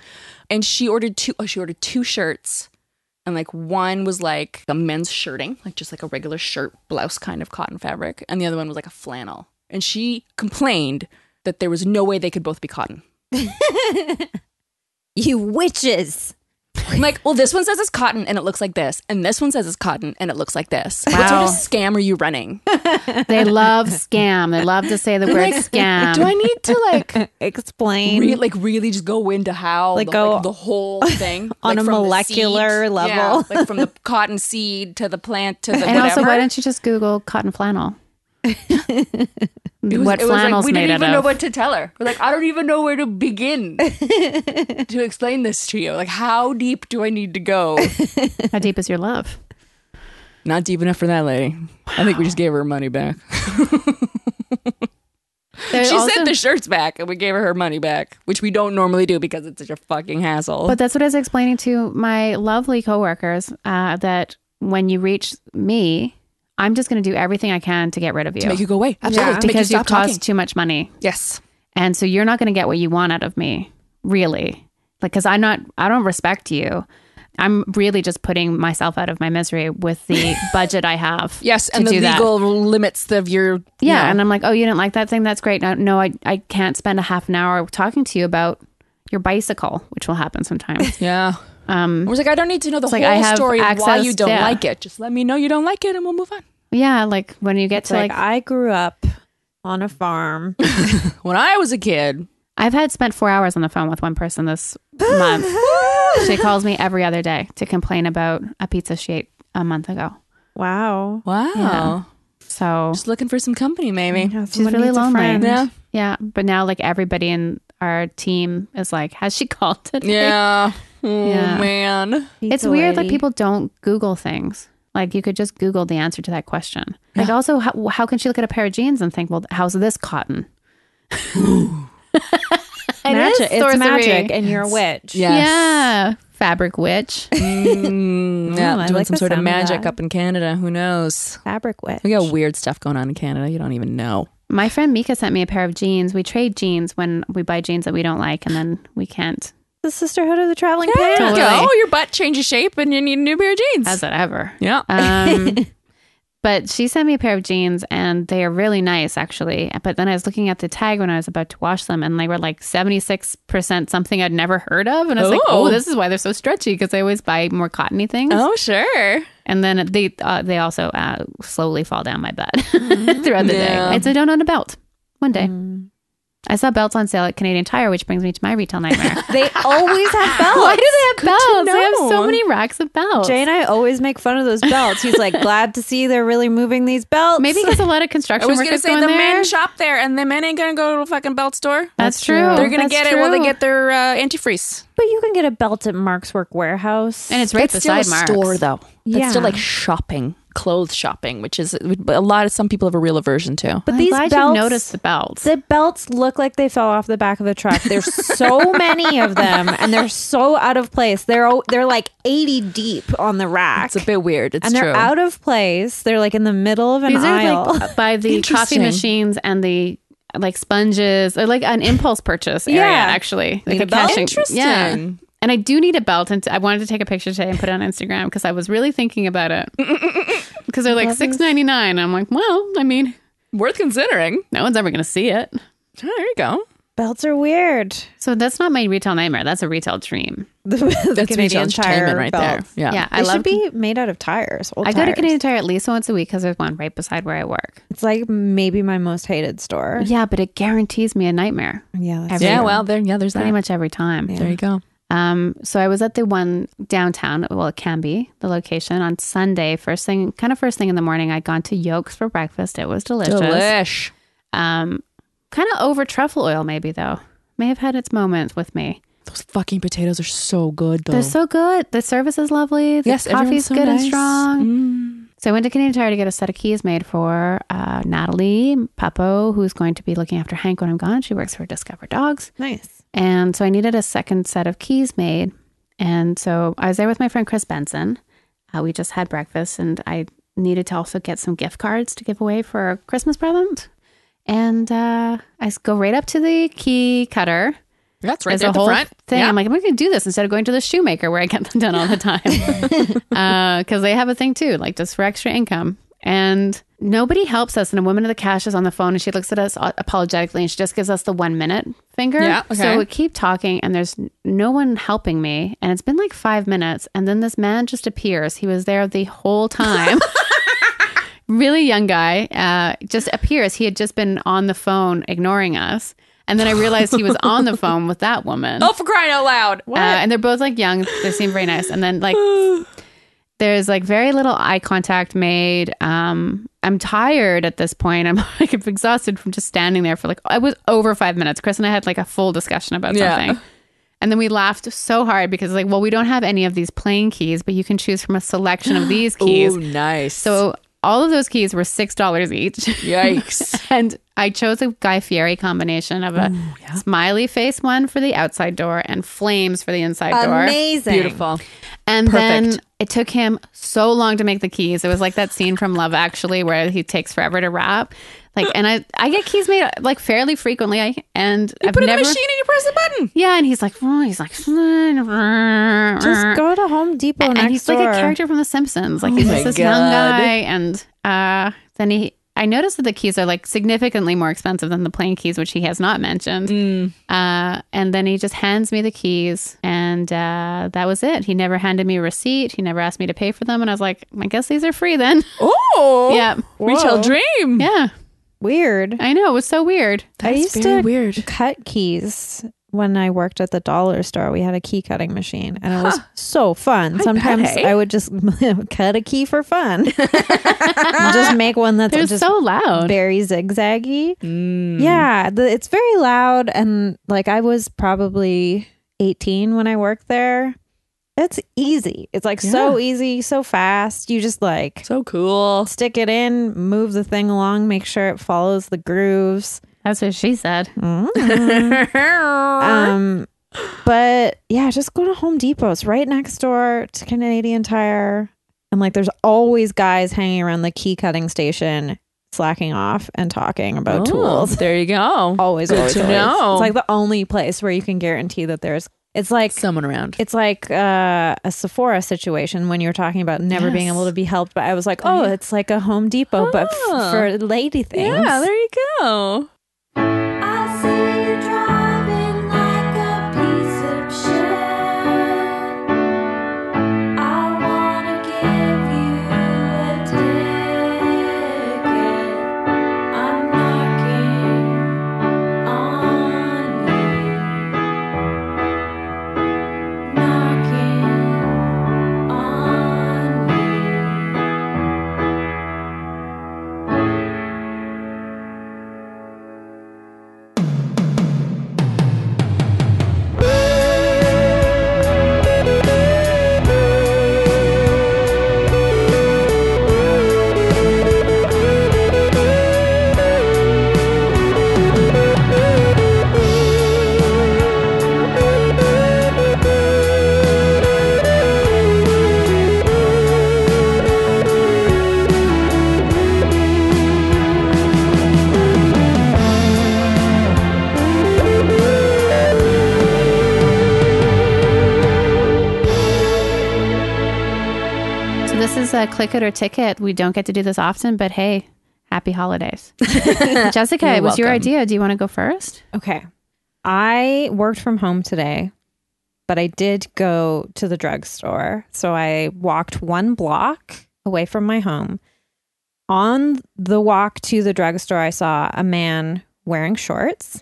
[SPEAKER 3] And she ordered two oh, she ordered two shirts. And like one was like a men's shirting, like just like a regular shirt blouse kind of cotton fabric, and the other one was like a flannel. And she complained that there was no way they could both be cotton.
[SPEAKER 2] You witches.
[SPEAKER 3] I'm like, well, this one says it's cotton and it looks like this, and this one says it's cotton and it looks like this. What sort of scam are you running?
[SPEAKER 1] They love scam. They love to say the word
[SPEAKER 3] Do I
[SPEAKER 1] scam.
[SPEAKER 3] need to like,
[SPEAKER 2] Explain
[SPEAKER 3] re- like really just go into how
[SPEAKER 2] Like
[SPEAKER 3] the,
[SPEAKER 2] go
[SPEAKER 3] like, the whole thing
[SPEAKER 2] on
[SPEAKER 3] like,
[SPEAKER 2] a
[SPEAKER 3] from the
[SPEAKER 2] molecular
[SPEAKER 3] seed-
[SPEAKER 2] level.
[SPEAKER 3] yeah, like from the cotton seed to the plant to the
[SPEAKER 1] And
[SPEAKER 3] whatever.
[SPEAKER 1] also, why don't you just Google cotton flannel?
[SPEAKER 3] It was-
[SPEAKER 1] what
[SPEAKER 3] it was like,
[SPEAKER 1] flannel's
[SPEAKER 3] we
[SPEAKER 1] made
[SPEAKER 3] didn't
[SPEAKER 1] out
[SPEAKER 3] even know
[SPEAKER 1] of?
[SPEAKER 3] what to tell her. We're like, I don't even know where to begin to explain this to you. Like, how deep do I need to go?
[SPEAKER 1] How deep is your love?
[SPEAKER 3] Not deep enough for that lady. I think we just gave her her money back.
[SPEAKER 1] There's
[SPEAKER 3] She
[SPEAKER 1] also-
[SPEAKER 3] sent the shirts back and we gave her her money back, which we don't normally do because it's such a fucking hassle.
[SPEAKER 1] But that's what I was explaining to my lovely coworkers uh, that when you reach me, I'm just going to do everything I can to get rid of you,
[SPEAKER 3] make you go away. Absolutely. To make
[SPEAKER 1] because
[SPEAKER 3] you
[SPEAKER 1] you
[SPEAKER 3] stop
[SPEAKER 1] have
[SPEAKER 3] talking.
[SPEAKER 1] caused too much money,
[SPEAKER 3] Yes.
[SPEAKER 1] and so you're not going to get what you want out of me, really. Like, because I'm not, I don't respect you. I'm really just putting myself out of my misery with the budget I have.
[SPEAKER 3] Yes,
[SPEAKER 1] to
[SPEAKER 3] and the
[SPEAKER 1] do that.
[SPEAKER 3] legal limits of your
[SPEAKER 1] Yeah, and I'm like, oh, you didn't like that thing? That's great. No, no, I I can't spend a half an hour talking to you about your bicycle, which will happen sometime.
[SPEAKER 3] yeah. Um, I was like, I don't need to know the whole
[SPEAKER 1] like I have
[SPEAKER 3] story of why
[SPEAKER 1] access-
[SPEAKER 3] you don't
[SPEAKER 1] yeah.
[SPEAKER 3] like it. Just let me know you don't like it, and we'll move on.
[SPEAKER 1] yeah, like when you get to
[SPEAKER 2] like,
[SPEAKER 1] like,
[SPEAKER 2] I grew up on a farm.
[SPEAKER 3] When I was a kid,
[SPEAKER 1] I've had spent four hours on the phone with one person this month. she calls me every other day to complain about a pizza she ate a month ago.
[SPEAKER 2] wow.
[SPEAKER 3] wow,
[SPEAKER 1] So
[SPEAKER 3] just looking for some company, maybe. Yeah.
[SPEAKER 1] she's really lonely.
[SPEAKER 3] Yeah.
[SPEAKER 1] Yeah, but now like everybody in our team is like, has she called today?
[SPEAKER 3] Oh
[SPEAKER 1] Yeah.
[SPEAKER 3] man.
[SPEAKER 1] It's weird like people don't Google things. Like you could just Google the answer to that question. Like also, how, how can she look at a pair of jeans and think, well, how's this cotton? It is
[SPEAKER 2] magic. It's
[SPEAKER 1] sorcery.
[SPEAKER 2] magic, and you're a witch.
[SPEAKER 3] Yes.
[SPEAKER 1] Yeah, fabric witch.
[SPEAKER 3] Mm, yeah,
[SPEAKER 2] Ooh, I
[SPEAKER 3] doing
[SPEAKER 2] like
[SPEAKER 3] some
[SPEAKER 2] the
[SPEAKER 3] sort of
[SPEAKER 2] sound of
[SPEAKER 3] magic
[SPEAKER 2] that.
[SPEAKER 3] up in Canada. Who knows?
[SPEAKER 2] Fabric witch.
[SPEAKER 3] We got weird stuff going on in Canada. You don't even know.
[SPEAKER 1] My friend Mika sent me a pair of jeans. We trade jeans when we buy jeans that we don't like, and then we can't.
[SPEAKER 2] The sisterhood of the traveling
[SPEAKER 3] There
[SPEAKER 2] pants.
[SPEAKER 3] you
[SPEAKER 1] Totally.
[SPEAKER 3] go. Your butt changes shape, and you need new pair of jeans.
[SPEAKER 1] How's that ever?
[SPEAKER 3] yeah.
[SPEAKER 1] Um, but she sent me a pair of jeans and they are really nice, actually. But then I was looking at the tag when I was about to wash them and they were like 76% something I'd never heard of. And I was like,
[SPEAKER 3] Oh.
[SPEAKER 1] oh, this is why they're so stretchy because I always buy more cottony things.
[SPEAKER 3] oh sure.
[SPEAKER 1] And then they uh, they also uh, slowly fall down my butt throughout the
[SPEAKER 3] Yeah. Mm.
[SPEAKER 1] day. It's a don't own a belt one day. I saw belts on sale at Canadian Tire, which brings me to my retail nightmare.
[SPEAKER 2] They always have belts.
[SPEAKER 1] Why do they have belts? They have
[SPEAKER 3] know.
[SPEAKER 1] so many racks of belts.
[SPEAKER 2] Jay and I always make fun of those belts. He's like, glad to see they're really moving these belts.
[SPEAKER 1] Maybe because a lot of
[SPEAKER 3] I
[SPEAKER 1] construction
[SPEAKER 3] was gonna
[SPEAKER 1] workers
[SPEAKER 3] say
[SPEAKER 1] go in
[SPEAKER 3] the
[SPEAKER 1] there.
[SPEAKER 3] men shop there, and the men ain't gonna go to a fucking belt store.
[SPEAKER 1] That's
[SPEAKER 2] That's
[SPEAKER 1] true.
[SPEAKER 2] true.
[SPEAKER 3] They're gonna
[SPEAKER 1] That's
[SPEAKER 3] get it while they
[SPEAKER 1] true.
[SPEAKER 3] get their uh, antifreeze.
[SPEAKER 2] but you can get a belt at Mark's Work Warehouse.
[SPEAKER 1] And it's right beside Mark's.
[SPEAKER 3] though. That's
[SPEAKER 2] Yeah.
[SPEAKER 3] still like shopping, clothes shopping, which is a lot of some people have a real aversion to.
[SPEAKER 2] but
[SPEAKER 1] I'm
[SPEAKER 2] these
[SPEAKER 1] glad
[SPEAKER 2] belts,
[SPEAKER 1] you noticed the belts.
[SPEAKER 2] the belts look like they fell off the back of a truck. There's so many of them, and they're so out of place. They're o- they're like 80 deep on the rack,
[SPEAKER 3] It's a bit weird. It's
[SPEAKER 2] and they're
[SPEAKER 3] true.
[SPEAKER 2] out of place. They're like in the middle of an
[SPEAKER 1] These
[SPEAKER 2] aisle.
[SPEAKER 1] are like by the coffee
[SPEAKER 3] Interesting.
[SPEAKER 1] machines and the like sponges. They're like an impulse purchase area,
[SPEAKER 2] Yeah.
[SPEAKER 1] actually. Like
[SPEAKER 3] Need a belt?
[SPEAKER 1] Yeah.
[SPEAKER 3] Interesting.
[SPEAKER 1] And I do need a belt, and t- I wanted to take a picture today and put it on Instagram because I was really thinking about it. Because they're like six ninety nine, I'm like, well, I mean,
[SPEAKER 3] Worth considering.
[SPEAKER 1] no one's ever going to see it.
[SPEAKER 3] Oh, there you go.
[SPEAKER 2] belts are weird.
[SPEAKER 1] So that's not my retail nightmare. That's a retail dream.
[SPEAKER 2] The, the Canadian tire
[SPEAKER 3] right
[SPEAKER 2] belts.
[SPEAKER 3] there. Yeah.
[SPEAKER 1] Yeah,
[SPEAKER 2] They
[SPEAKER 1] I
[SPEAKER 2] should
[SPEAKER 1] love.
[SPEAKER 2] be made out of tires. Old
[SPEAKER 1] I go to
[SPEAKER 2] tires.
[SPEAKER 1] Canadian Tire at least once a week because there's one right beside where I work.
[SPEAKER 2] It's like maybe my most hated store.
[SPEAKER 1] Yeah, but it guarantees me a nightmare
[SPEAKER 2] Yeah,
[SPEAKER 1] that's
[SPEAKER 3] Yeah. Well, there. Yeah. There's that.
[SPEAKER 1] pretty much every time.
[SPEAKER 3] There you go.
[SPEAKER 1] Um, so I was at the one downtown, well, it can be the location on Sunday. First thing, kind of first thing in the morning, I'd gone to Yolks for breakfast. It was delicious.
[SPEAKER 3] Delish.
[SPEAKER 1] um, kind of over truffle oil, maybe though. May have had its moments with me.
[SPEAKER 3] Those fucking potatoes are so good, though.
[SPEAKER 1] They're so good. The service is lovely. The
[SPEAKER 3] yes, everyone's
[SPEAKER 1] coffee's
[SPEAKER 3] so
[SPEAKER 1] good and
[SPEAKER 3] nice.
[SPEAKER 1] strong.
[SPEAKER 3] Mm.
[SPEAKER 1] So I went to Canadian Tire to get a set of keys made for uh, Natalie Papo, who's going to be looking after Hank when I'm gone. She works for Discover Dogs.
[SPEAKER 2] nice.
[SPEAKER 1] And so I needed a second set of keys made. And so I was there with my friend Chris Benson. Uh, we just had breakfast, and I needed to also get some gift cards to give away for a Christmas present. And uh, I s- go right up to the key cutter.
[SPEAKER 3] That's right
[SPEAKER 1] There's
[SPEAKER 3] there
[SPEAKER 1] a
[SPEAKER 3] at the
[SPEAKER 1] whole
[SPEAKER 3] front.
[SPEAKER 1] thing. I'm like, I'm going to do this instead of going to the shoemaker where I get them done all the time. Because they have a thing too, like just for extra income. And nobody helps us. And a woman at the cash is on the phone and she looks at us apologetically and she just gives us the one minute finger.
[SPEAKER 3] Yeah, okay.
[SPEAKER 1] So we keep talking and there's n- no one helping me. And it's been like five minutes. And then this man just appears. He was there the whole time. really young guy uh, just appears. He had just been on the phone ignoring us. And then I realized he was on the phone with that woman.
[SPEAKER 3] Oh, for crying out loud!
[SPEAKER 1] Uh, and they're both like young. They seem very nice. And then like there's like very little eye contact made. Um, I'm tired at this point. I'm like exhausted from just standing there for like I was over five minutes. Chris and I had like a full discussion about
[SPEAKER 3] Yeah.
[SPEAKER 1] something. And then we laughed so hard because like, well, we don't have any of these plain keys, but you can choose from a selection of these keys.
[SPEAKER 3] Ooh, Oh, nice.
[SPEAKER 1] So all of those keys were six dollars each.
[SPEAKER 3] yikes.
[SPEAKER 1] And I chose a Guy Fieri combination of a smiley face one for the outside door and flames for the inside door.
[SPEAKER 2] Amazing.
[SPEAKER 3] Beautiful.
[SPEAKER 1] And then
[SPEAKER 3] Perfect.
[SPEAKER 1] it took him so long to make the keys. It was like that scene from Love Actually where he takes forever to wrap. Like, and I I get keys made like fairly frequently. I and I've
[SPEAKER 3] Put it in
[SPEAKER 1] never.
[SPEAKER 3] the machine and you press the button.
[SPEAKER 1] Yeah, and he's like, "Oh," he's like, just
[SPEAKER 2] Just go to Home Depot
[SPEAKER 1] and
[SPEAKER 2] next
[SPEAKER 1] he's
[SPEAKER 2] door.
[SPEAKER 1] like a character from The Simpsons. Like he's
[SPEAKER 3] Oh my
[SPEAKER 1] just this young
[SPEAKER 3] God.
[SPEAKER 1] guy, and uh, then he. I noticed that the keys are like significantly more expensive than the plain keys, which he has not mentioned.
[SPEAKER 3] Mm.
[SPEAKER 1] Uh, and then he just hands me the keys, and uh, that was it. He never handed me a receipt. He never asked me to pay for them, and I was like, I guess these are free then.
[SPEAKER 3] Oh,
[SPEAKER 1] yeah,
[SPEAKER 3] Retail dream.
[SPEAKER 1] yeah.
[SPEAKER 2] Weird.
[SPEAKER 1] I know it was so weird.
[SPEAKER 2] I used to
[SPEAKER 3] weird.
[SPEAKER 2] cut keys when I worked at the dollar store. We had a key cutting machine and it was so fun. Sometimes
[SPEAKER 3] eh?
[SPEAKER 2] I would just cut a key for fun. And just make one that's
[SPEAKER 1] They're
[SPEAKER 2] just
[SPEAKER 1] so Mm. loud.
[SPEAKER 2] very zigzaggy. Yeah, the, it's very loud and like I was probably 18 when I worked there. It's easy. It's like so easy, so fast. You just like
[SPEAKER 3] So cool.
[SPEAKER 2] stick it in, move the thing along, make sure it follows the grooves.
[SPEAKER 1] That's what she said.
[SPEAKER 3] Mm-hmm.
[SPEAKER 2] Um, but yeah, just go to Home Depot. It's right next door to Canadian Tire, and like there's always guys hanging around the key cutting station, slacking off and talking about
[SPEAKER 3] Oh,
[SPEAKER 2] tools.
[SPEAKER 3] There you go.
[SPEAKER 2] Always,
[SPEAKER 3] Good
[SPEAKER 2] always,
[SPEAKER 3] to
[SPEAKER 2] always.
[SPEAKER 3] know.
[SPEAKER 2] It's like the only place where you can guarantee that there's. It's like
[SPEAKER 3] Someone around.
[SPEAKER 2] it's like uh, a Sephora situation when you were talking about never being able to be helped. But I was like, oh, it's like a Home Depot, but
[SPEAKER 3] Oh.
[SPEAKER 2] f- for lady things.
[SPEAKER 3] Yeah, there you go.
[SPEAKER 4] I see you driving like a piece of shit. I wanna give you a ticket. I'm knocking on you, knocking on you.
[SPEAKER 1] So this is a click it or ticket. We don't get to do this often, but hey, happy holidays. Jessica, it was your
[SPEAKER 3] welcome.
[SPEAKER 1] idea. Do you want to go first?
[SPEAKER 2] Okay. I worked from home today, but I did go to the drugstore. So I walked one block away from my home. On the walk to the drugstore, I saw a man wearing shorts.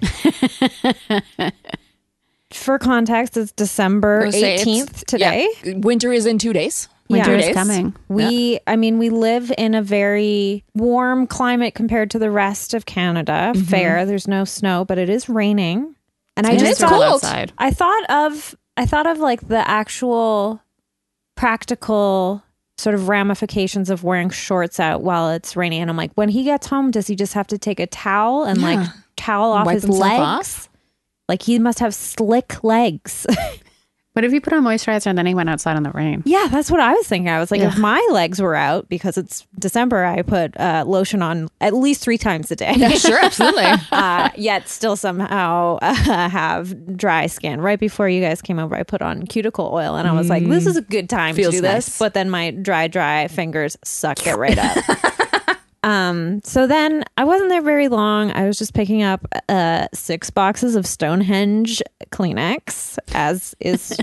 [SPEAKER 2] For context, it's December
[SPEAKER 3] Go say it's-
[SPEAKER 2] 18th today.
[SPEAKER 3] yeah, winter is in two days.
[SPEAKER 2] Yeah.
[SPEAKER 1] Winter
[SPEAKER 3] It
[SPEAKER 1] is
[SPEAKER 3] is.
[SPEAKER 1] coming.
[SPEAKER 2] We, I mean, we live in a very warm climate compared to the rest of Canada.
[SPEAKER 3] Mm-hmm.
[SPEAKER 2] Fair. There's no snow, but it is raining. And I
[SPEAKER 3] It
[SPEAKER 2] just
[SPEAKER 3] is
[SPEAKER 1] It's cold
[SPEAKER 2] thought,
[SPEAKER 3] cold.
[SPEAKER 1] outside.
[SPEAKER 2] I thought of, I thought of like the actual practical sort of ramifications of wearing shorts out while it's raining. And I'm like, when he gets home, does he just have to take a towel and like
[SPEAKER 3] Yeah.
[SPEAKER 2] towel off
[SPEAKER 3] Wipe
[SPEAKER 2] his
[SPEAKER 3] himself
[SPEAKER 2] legs?
[SPEAKER 3] off?
[SPEAKER 2] Like he must have slick legs.
[SPEAKER 1] What if you put on moisturizer and then he went outside in the rain?
[SPEAKER 2] Yeah, that's what I was thinking. I was like, if
[SPEAKER 1] Yeah.
[SPEAKER 2] my legs were out because it's December, I put uh, lotion on at least three times a day.
[SPEAKER 3] sure, absolutely.
[SPEAKER 2] uh, yet still somehow uh, have dry skin. Right before you guys came over, I put on cuticle oil and I was like, this is a good time
[SPEAKER 3] Feels
[SPEAKER 2] to do
[SPEAKER 3] nice.
[SPEAKER 2] this. But then my dry, dry fingers sucked it right up. um, so then I wasn't there very long. I was just picking up uh, six boxes of Stonehenge Kleenex, as is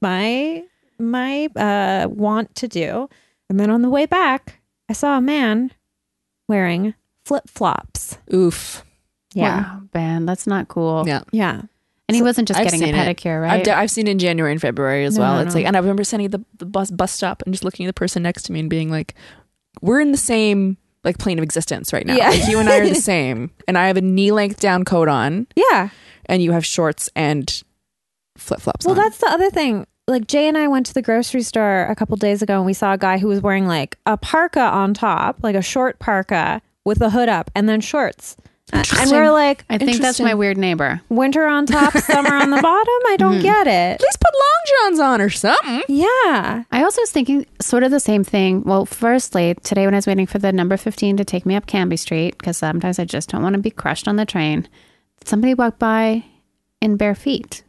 [SPEAKER 2] my my uh, want to do. And then on the way back, I saw a man wearing flip flops.
[SPEAKER 3] Oof.
[SPEAKER 1] Wow, Ben, that's not cool.
[SPEAKER 3] Yeah.
[SPEAKER 2] Yeah.
[SPEAKER 1] And he wasn't just
[SPEAKER 3] I've
[SPEAKER 1] getting a
[SPEAKER 3] seen it.
[SPEAKER 1] pedicure,
[SPEAKER 3] I've,
[SPEAKER 1] right?
[SPEAKER 3] de- I've seen in January and February as
[SPEAKER 1] No,
[SPEAKER 3] well.
[SPEAKER 1] no,
[SPEAKER 3] It's
[SPEAKER 1] no.
[SPEAKER 3] like, and I remember standing at the, the bus bus stop and just looking at the person next to me and being like, "We're in the same like plane of existence right now.
[SPEAKER 2] Yeah.
[SPEAKER 3] Like you and I are the same. And I have a knee length down coat on,
[SPEAKER 2] Yeah.
[SPEAKER 3] and you have shorts and flip flops.
[SPEAKER 2] Well, that's the other thing. Like Jay and I went to the grocery store a couple days ago and we saw a guy who was wearing like a parka on top, like a short parka with a hood up and then shorts. and we're like
[SPEAKER 1] I think that's
[SPEAKER 3] Interesting.
[SPEAKER 1] my weird neighbor.
[SPEAKER 2] winter on top, summer on the bottom. I don't get it.
[SPEAKER 3] At least put long johns on or something.
[SPEAKER 2] Yeah.
[SPEAKER 1] I also was thinking sort of the same thing. Well, firstly, today when I was waiting for the number 15 to take me up Canby Street, because sometimes I just don't want to be crushed on the train, somebody walked by in bare feet.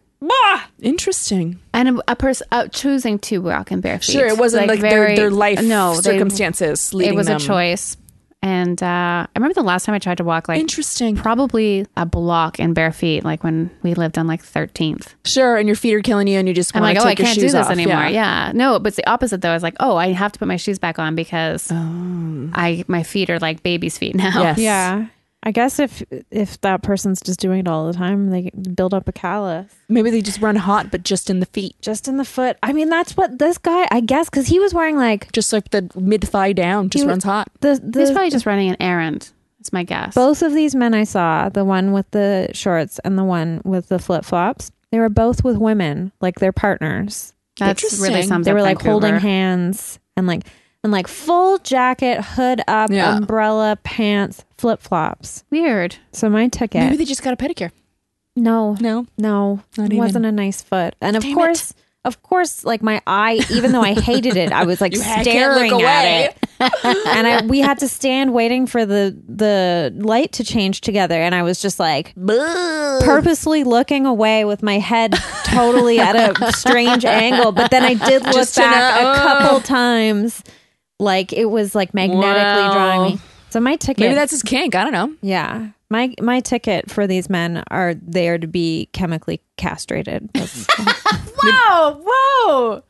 [SPEAKER 3] Interesting.
[SPEAKER 1] And a, a person uh, choosing to walk in bare feet.
[SPEAKER 3] Sure, it wasn't like,
[SPEAKER 1] very-
[SPEAKER 3] their, their life
[SPEAKER 1] they-
[SPEAKER 3] circumstances leading
[SPEAKER 1] it was
[SPEAKER 3] them.
[SPEAKER 1] a choice. And uh, I remember the last time I tried to walk like
[SPEAKER 3] Interesting.
[SPEAKER 1] probably a block in bare feet, like when we lived on like 13th.
[SPEAKER 3] Sure, and your feet are killing you, and you just
[SPEAKER 1] I'm
[SPEAKER 3] want
[SPEAKER 1] like,
[SPEAKER 3] to
[SPEAKER 1] oh,
[SPEAKER 3] take
[SPEAKER 1] I
[SPEAKER 3] your
[SPEAKER 1] can't do
[SPEAKER 3] shoes
[SPEAKER 1] this
[SPEAKER 3] off.
[SPEAKER 1] anymore. Yeah. No, but it's the opposite though. I was like, oh, I have to put my shoes back on because
[SPEAKER 3] Mm-hmm.
[SPEAKER 1] I my feet are like baby's feet now.
[SPEAKER 3] Oh, Yes.
[SPEAKER 2] Yeah. I guess if if that person's just doing it all the time, they build up a callus
[SPEAKER 3] Maybe they just run hot, but just in the feet,
[SPEAKER 2] just in the foot. I mean, that's what this guy, I guess, because he was wearing like
[SPEAKER 3] just like the mid thigh down, just
[SPEAKER 2] You-
[SPEAKER 3] runs hot.
[SPEAKER 2] the
[SPEAKER 1] He's
[SPEAKER 2] the
[SPEAKER 1] probably just running an errand. That's my guess.
[SPEAKER 2] both of these men I saw, the one with the shorts and the one with the flip flops. They were both with women, like their partners.
[SPEAKER 1] That's really
[SPEAKER 3] Interesting.
[SPEAKER 1] something.
[SPEAKER 2] they were like holding hands and like and like full jacket, hood up,
[SPEAKER 3] Yeah.
[SPEAKER 2] umbrella, pants, flip flops.
[SPEAKER 1] Weird.
[SPEAKER 2] So my ticket.
[SPEAKER 3] Maybe they just got a pedicure.
[SPEAKER 2] no,
[SPEAKER 3] No,
[SPEAKER 2] No,
[SPEAKER 3] Not
[SPEAKER 2] it
[SPEAKER 3] even.
[SPEAKER 2] wasn't a nice foot. And of
[SPEAKER 3] Damn it.
[SPEAKER 2] course, of course, like my eye, even though I hated it, I was like
[SPEAKER 3] You had- can't look
[SPEAKER 2] staring
[SPEAKER 3] away.
[SPEAKER 2] at it. and I, we had to stand waiting for the the light to change together, and I was just like purposely looking away with my head totally at a strange angle. But then I did look
[SPEAKER 3] Just oh. to
[SPEAKER 2] back
[SPEAKER 3] know-
[SPEAKER 2] a couple times, like it was like magnetically
[SPEAKER 3] Wow.
[SPEAKER 2] drawing me. So my ticket,
[SPEAKER 3] Maybe that's his kink. I don't know.
[SPEAKER 2] yeah. My my ticket for these men are they are to be chemically castrated. That's,
[SPEAKER 1] Whoa! Whoa!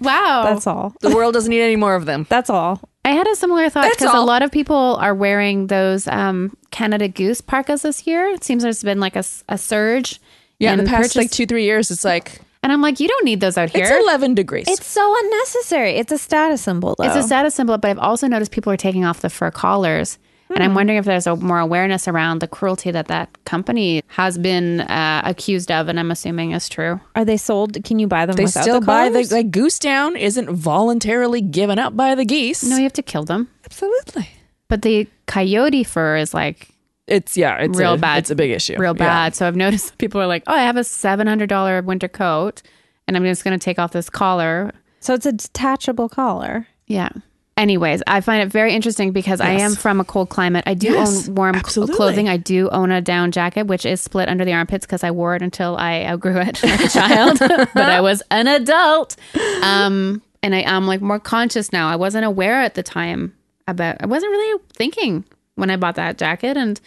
[SPEAKER 1] Wow.
[SPEAKER 2] that's all.
[SPEAKER 3] The world doesn't need any more of them.
[SPEAKER 2] That's all.
[SPEAKER 1] I had a similar thought
[SPEAKER 3] That's
[SPEAKER 1] because a
[SPEAKER 3] all.
[SPEAKER 1] lot of people are wearing those um, Canada Goose parkas this year. It seems there's been like a, s- a surge.
[SPEAKER 3] Yeah, in the past
[SPEAKER 1] purchase-
[SPEAKER 3] like two, three years, it's like
[SPEAKER 1] and I'm like, you don't need those out here.
[SPEAKER 3] it's eleven degrees.
[SPEAKER 2] It's so unnecessary. It's a status symbol though.
[SPEAKER 1] It's a status symbol, but I've also noticed people are taking off the fur collars. And
[SPEAKER 3] Hmm.
[SPEAKER 1] I'm wondering if there's a more awareness around the cruelty that that company has been uh, accused of, and I'm assuming is true.
[SPEAKER 2] are they sold? Can you buy them
[SPEAKER 3] they
[SPEAKER 2] without
[SPEAKER 3] still
[SPEAKER 2] the
[SPEAKER 3] buy the
[SPEAKER 2] collars?
[SPEAKER 3] like goose down isn't voluntarily given up by the geese.
[SPEAKER 1] No, you have to kill them.
[SPEAKER 3] absolutely.
[SPEAKER 1] But the coyote fur is like
[SPEAKER 3] It's yeah, it's
[SPEAKER 1] Real
[SPEAKER 3] a,
[SPEAKER 1] bad.
[SPEAKER 3] It's a big issue.
[SPEAKER 1] real
[SPEAKER 3] Yeah.
[SPEAKER 1] bad. So I've noticed that people are like, oh, I have a $700 winter coat, and I'm just going to take off this collar.
[SPEAKER 2] So it's a detachable collar.
[SPEAKER 1] Yeah. Anyways, I find it very interesting because I am from a cold climate. I do
[SPEAKER 3] Yes,
[SPEAKER 1] own warm cl-
[SPEAKER 3] absolutely.
[SPEAKER 1] clothing. I do own a down jacket, which is split under the armpits because I wore it until I outgrew it like a child, but I was an adult. Um, and I, am like more conscious now. I wasn't aware at the time about, I wasn't really thinking when I bought that jacket. And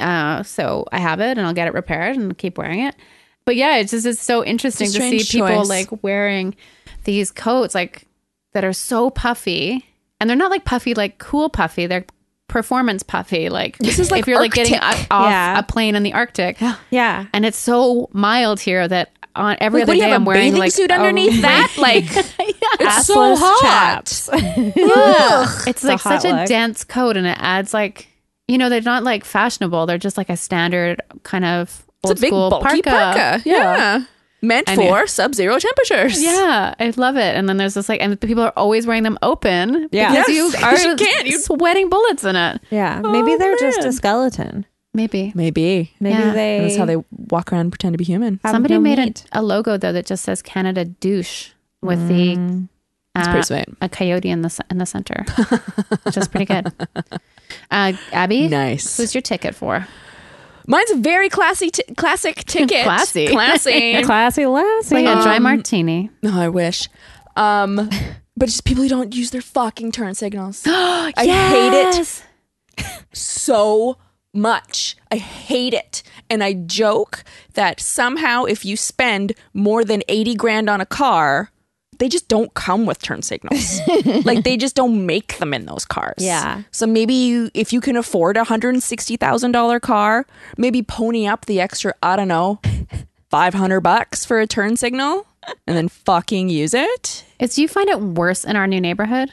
[SPEAKER 1] uh, so I have it and I'll get it repaired and keep wearing it. But yeah, it's just it's so interesting
[SPEAKER 3] It's a
[SPEAKER 1] to see
[SPEAKER 3] strange
[SPEAKER 1] people
[SPEAKER 3] choice.
[SPEAKER 1] like wearing these coats like that are so puffy. And they're not like puffy, like cool puffy. They're performance puffy. Like this
[SPEAKER 3] is, like,
[SPEAKER 1] if you're like getting
[SPEAKER 3] Arctic.
[SPEAKER 1] o- off
[SPEAKER 2] Yeah.
[SPEAKER 1] a plane in the Arctic.
[SPEAKER 2] Yeah.
[SPEAKER 1] And it's so mild here that on every
[SPEAKER 3] Like,
[SPEAKER 1] other
[SPEAKER 3] what do you
[SPEAKER 1] day
[SPEAKER 3] have,
[SPEAKER 1] I'm
[SPEAKER 3] a
[SPEAKER 1] wearing
[SPEAKER 3] bathing
[SPEAKER 1] like
[SPEAKER 3] suit
[SPEAKER 1] a
[SPEAKER 3] underneath that? Like it's so
[SPEAKER 2] Assless
[SPEAKER 3] hot.
[SPEAKER 2] chaps.
[SPEAKER 1] yeah. It's like
[SPEAKER 2] a hot
[SPEAKER 1] such a
[SPEAKER 2] look.
[SPEAKER 1] dense coat and it adds like you know, they're not like fashionable. They're just like a standard kind of old
[SPEAKER 3] It's a big
[SPEAKER 1] school
[SPEAKER 3] bulky parka. Yeah. Meant
[SPEAKER 1] know.
[SPEAKER 3] for sub-zero temperatures.
[SPEAKER 1] Yeah, I love it. And then there's this like, and people are always wearing them open.
[SPEAKER 2] Yeah.
[SPEAKER 1] because
[SPEAKER 3] Yes,
[SPEAKER 1] you are
[SPEAKER 3] you can't, you-
[SPEAKER 1] sweating bullets in it.
[SPEAKER 2] Yeah. Maybe they're just a
[SPEAKER 3] man.
[SPEAKER 2] skeleton.
[SPEAKER 1] Maybe
[SPEAKER 3] Maybe.
[SPEAKER 2] Maybe
[SPEAKER 1] Yeah.
[SPEAKER 2] they.
[SPEAKER 3] And that's how they walk around and pretend to be human.
[SPEAKER 2] have
[SPEAKER 1] somebody
[SPEAKER 2] no
[SPEAKER 1] made a,
[SPEAKER 2] meat.
[SPEAKER 1] a logo though that just says Canada douche with the
[SPEAKER 3] Mm. That's
[SPEAKER 1] uh,
[SPEAKER 3] pretty sweet.
[SPEAKER 1] a coyote in the ce- in the center, which is pretty good. Uh, Abby,
[SPEAKER 3] Nice.
[SPEAKER 1] who's your ticket for?
[SPEAKER 3] Mine's a very classy, t- classic ticket.
[SPEAKER 1] Classy.
[SPEAKER 3] classy.
[SPEAKER 2] classy lassie.
[SPEAKER 1] Like a
[SPEAKER 3] Um,
[SPEAKER 1] dry martini.
[SPEAKER 3] No, I wish. Um, but just people who don't use their fucking turn signals. I hate it so much. I hate it. And I joke that somehow if you spend more than 80 grand on a car, they just don't come with turn signals. like they just don't make them in those cars.
[SPEAKER 2] Yeah.
[SPEAKER 3] So maybe you if you can afford a $160,000 car, maybe pony up the extra, I don't know, 500 bucks for a turn signal and then fucking use it.
[SPEAKER 1] Is do you find it worse in our new neighborhood?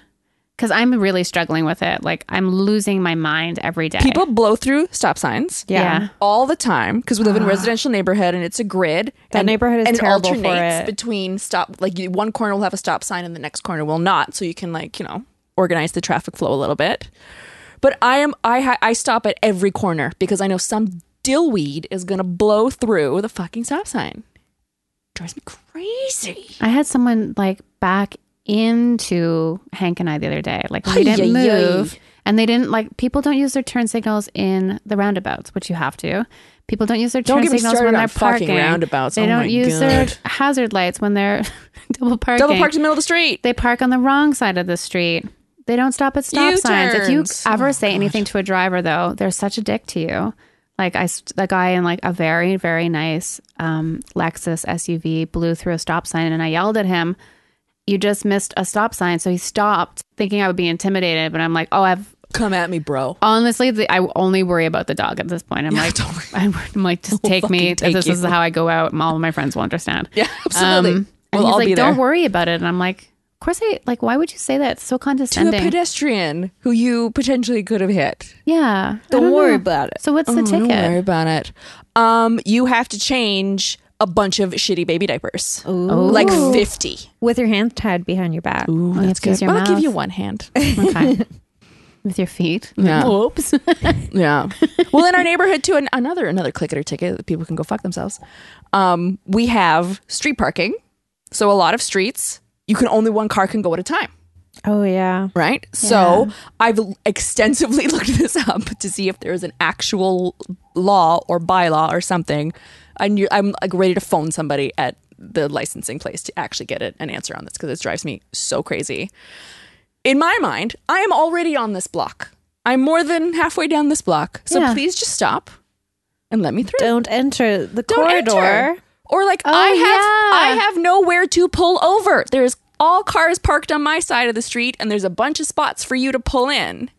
[SPEAKER 1] Because I'm really struggling with it. Like I'm losing my mind every day.
[SPEAKER 3] People blow through stop signs.
[SPEAKER 2] Yeah.
[SPEAKER 1] yeah.
[SPEAKER 3] all the time because we live in a residential neighborhood and it's a grid.
[SPEAKER 2] That
[SPEAKER 3] and,
[SPEAKER 2] neighborhood is
[SPEAKER 3] and
[SPEAKER 2] terrible for
[SPEAKER 3] it alternates
[SPEAKER 2] it.
[SPEAKER 3] between stop like you- one corner will have a stop sign and the next corner will not, so you can like you know organize the traffic flow a little bit. But I am I ha- I stop at every corner because I know some dillweed is gonna blow through the fucking stop sign. Drives me crazy.
[SPEAKER 1] I had someone like back into Hank and I the other day. Like we didn't
[SPEAKER 3] Ay, ay, ay.
[SPEAKER 1] move and they didn't like people don't use their turn signals in the roundabouts, which you have to. People don't use their
[SPEAKER 3] Don't
[SPEAKER 1] turn
[SPEAKER 3] get me
[SPEAKER 1] signals
[SPEAKER 3] started
[SPEAKER 1] when
[SPEAKER 3] on
[SPEAKER 1] they're
[SPEAKER 3] fucking
[SPEAKER 1] parking.
[SPEAKER 3] roundabouts.
[SPEAKER 1] They
[SPEAKER 3] Oh
[SPEAKER 1] don't
[SPEAKER 3] my
[SPEAKER 1] use
[SPEAKER 3] God.
[SPEAKER 1] their hazard lights when they're double parking.
[SPEAKER 3] Double parked in the middle of the street.
[SPEAKER 1] They park on the wrong side of the street. They don't stop at stop signs. If you
[SPEAKER 3] U-turns. Oh
[SPEAKER 1] ever say anything to a driver, though, they're such a dick to you. Like I, st- the guy in like a very very nice um, Lexus SUV blew through a stop sign, and I yelled at him, "You just missed a stop sign!" So he stopped, thinking I would be intimidated. But I'm like, "Oh, I've
[SPEAKER 3] Come at me, bro.
[SPEAKER 1] honestly, the, I only worry about the dog at this point." I'm like,
[SPEAKER 3] don't worry.
[SPEAKER 1] I'm, I'm like, just take me.
[SPEAKER 3] fucking take
[SPEAKER 1] this
[SPEAKER 3] you."
[SPEAKER 1] is how I go out, and all of my friends will understand.
[SPEAKER 3] Yeah, absolutely.
[SPEAKER 1] Um, and
[SPEAKER 3] we'll
[SPEAKER 1] he's
[SPEAKER 3] all
[SPEAKER 1] like,
[SPEAKER 3] be there.
[SPEAKER 1] "Don't worry about it." And I'm like, "Of course I like. Why would you say that? It's so
[SPEAKER 3] to a
[SPEAKER 1] condescending."
[SPEAKER 3] pedestrian who you potentially could have hit.
[SPEAKER 1] yeah, I
[SPEAKER 2] Don't worry
[SPEAKER 1] know.
[SPEAKER 2] about it.
[SPEAKER 1] So what's the
[SPEAKER 3] Oh, Don't worry
[SPEAKER 1] ticket?
[SPEAKER 3] about it. Um, you have to change a bunch of shitty baby diapers, like fifty.
[SPEAKER 2] With your hands tied behind your back.
[SPEAKER 3] Ooh,
[SPEAKER 1] you have to use your
[SPEAKER 3] Well, I'll give
[SPEAKER 1] mouth.
[SPEAKER 3] you one hand.
[SPEAKER 1] Okay. With your feet. Oh,
[SPEAKER 3] Yeah.
[SPEAKER 1] Whoops.
[SPEAKER 3] Yeah. well, in our neighborhood too, an- another another clicker ticket that people can go fuck themselves. Um, we have street parking, so a lot of streets you can only one car can go at a time.
[SPEAKER 2] Oh yeah.
[SPEAKER 3] Right. So I've extensively looked this up to see if there is an actual law or bylaw or something. I knew, I'm like ready to phone somebody at the licensing place to actually get it, an answer on this because it drives me so crazy. In my mind, I am already on this block. I'm more than halfway down this block. So
[SPEAKER 1] Yeah.
[SPEAKER 3] please just stop and let me through
[SPEAKER 2] Don't enter the
[SPEAKER 3] don't
[SPEAKER 2] corridor. Oh,
[SPEAKER 3] enter. Or like I have
[SPEAKER 1] yeah.
[SPEAKER 3] I have nowhere to pull over. There's all cars parked on my side of the street and there's a bunch of spots for you to pull in.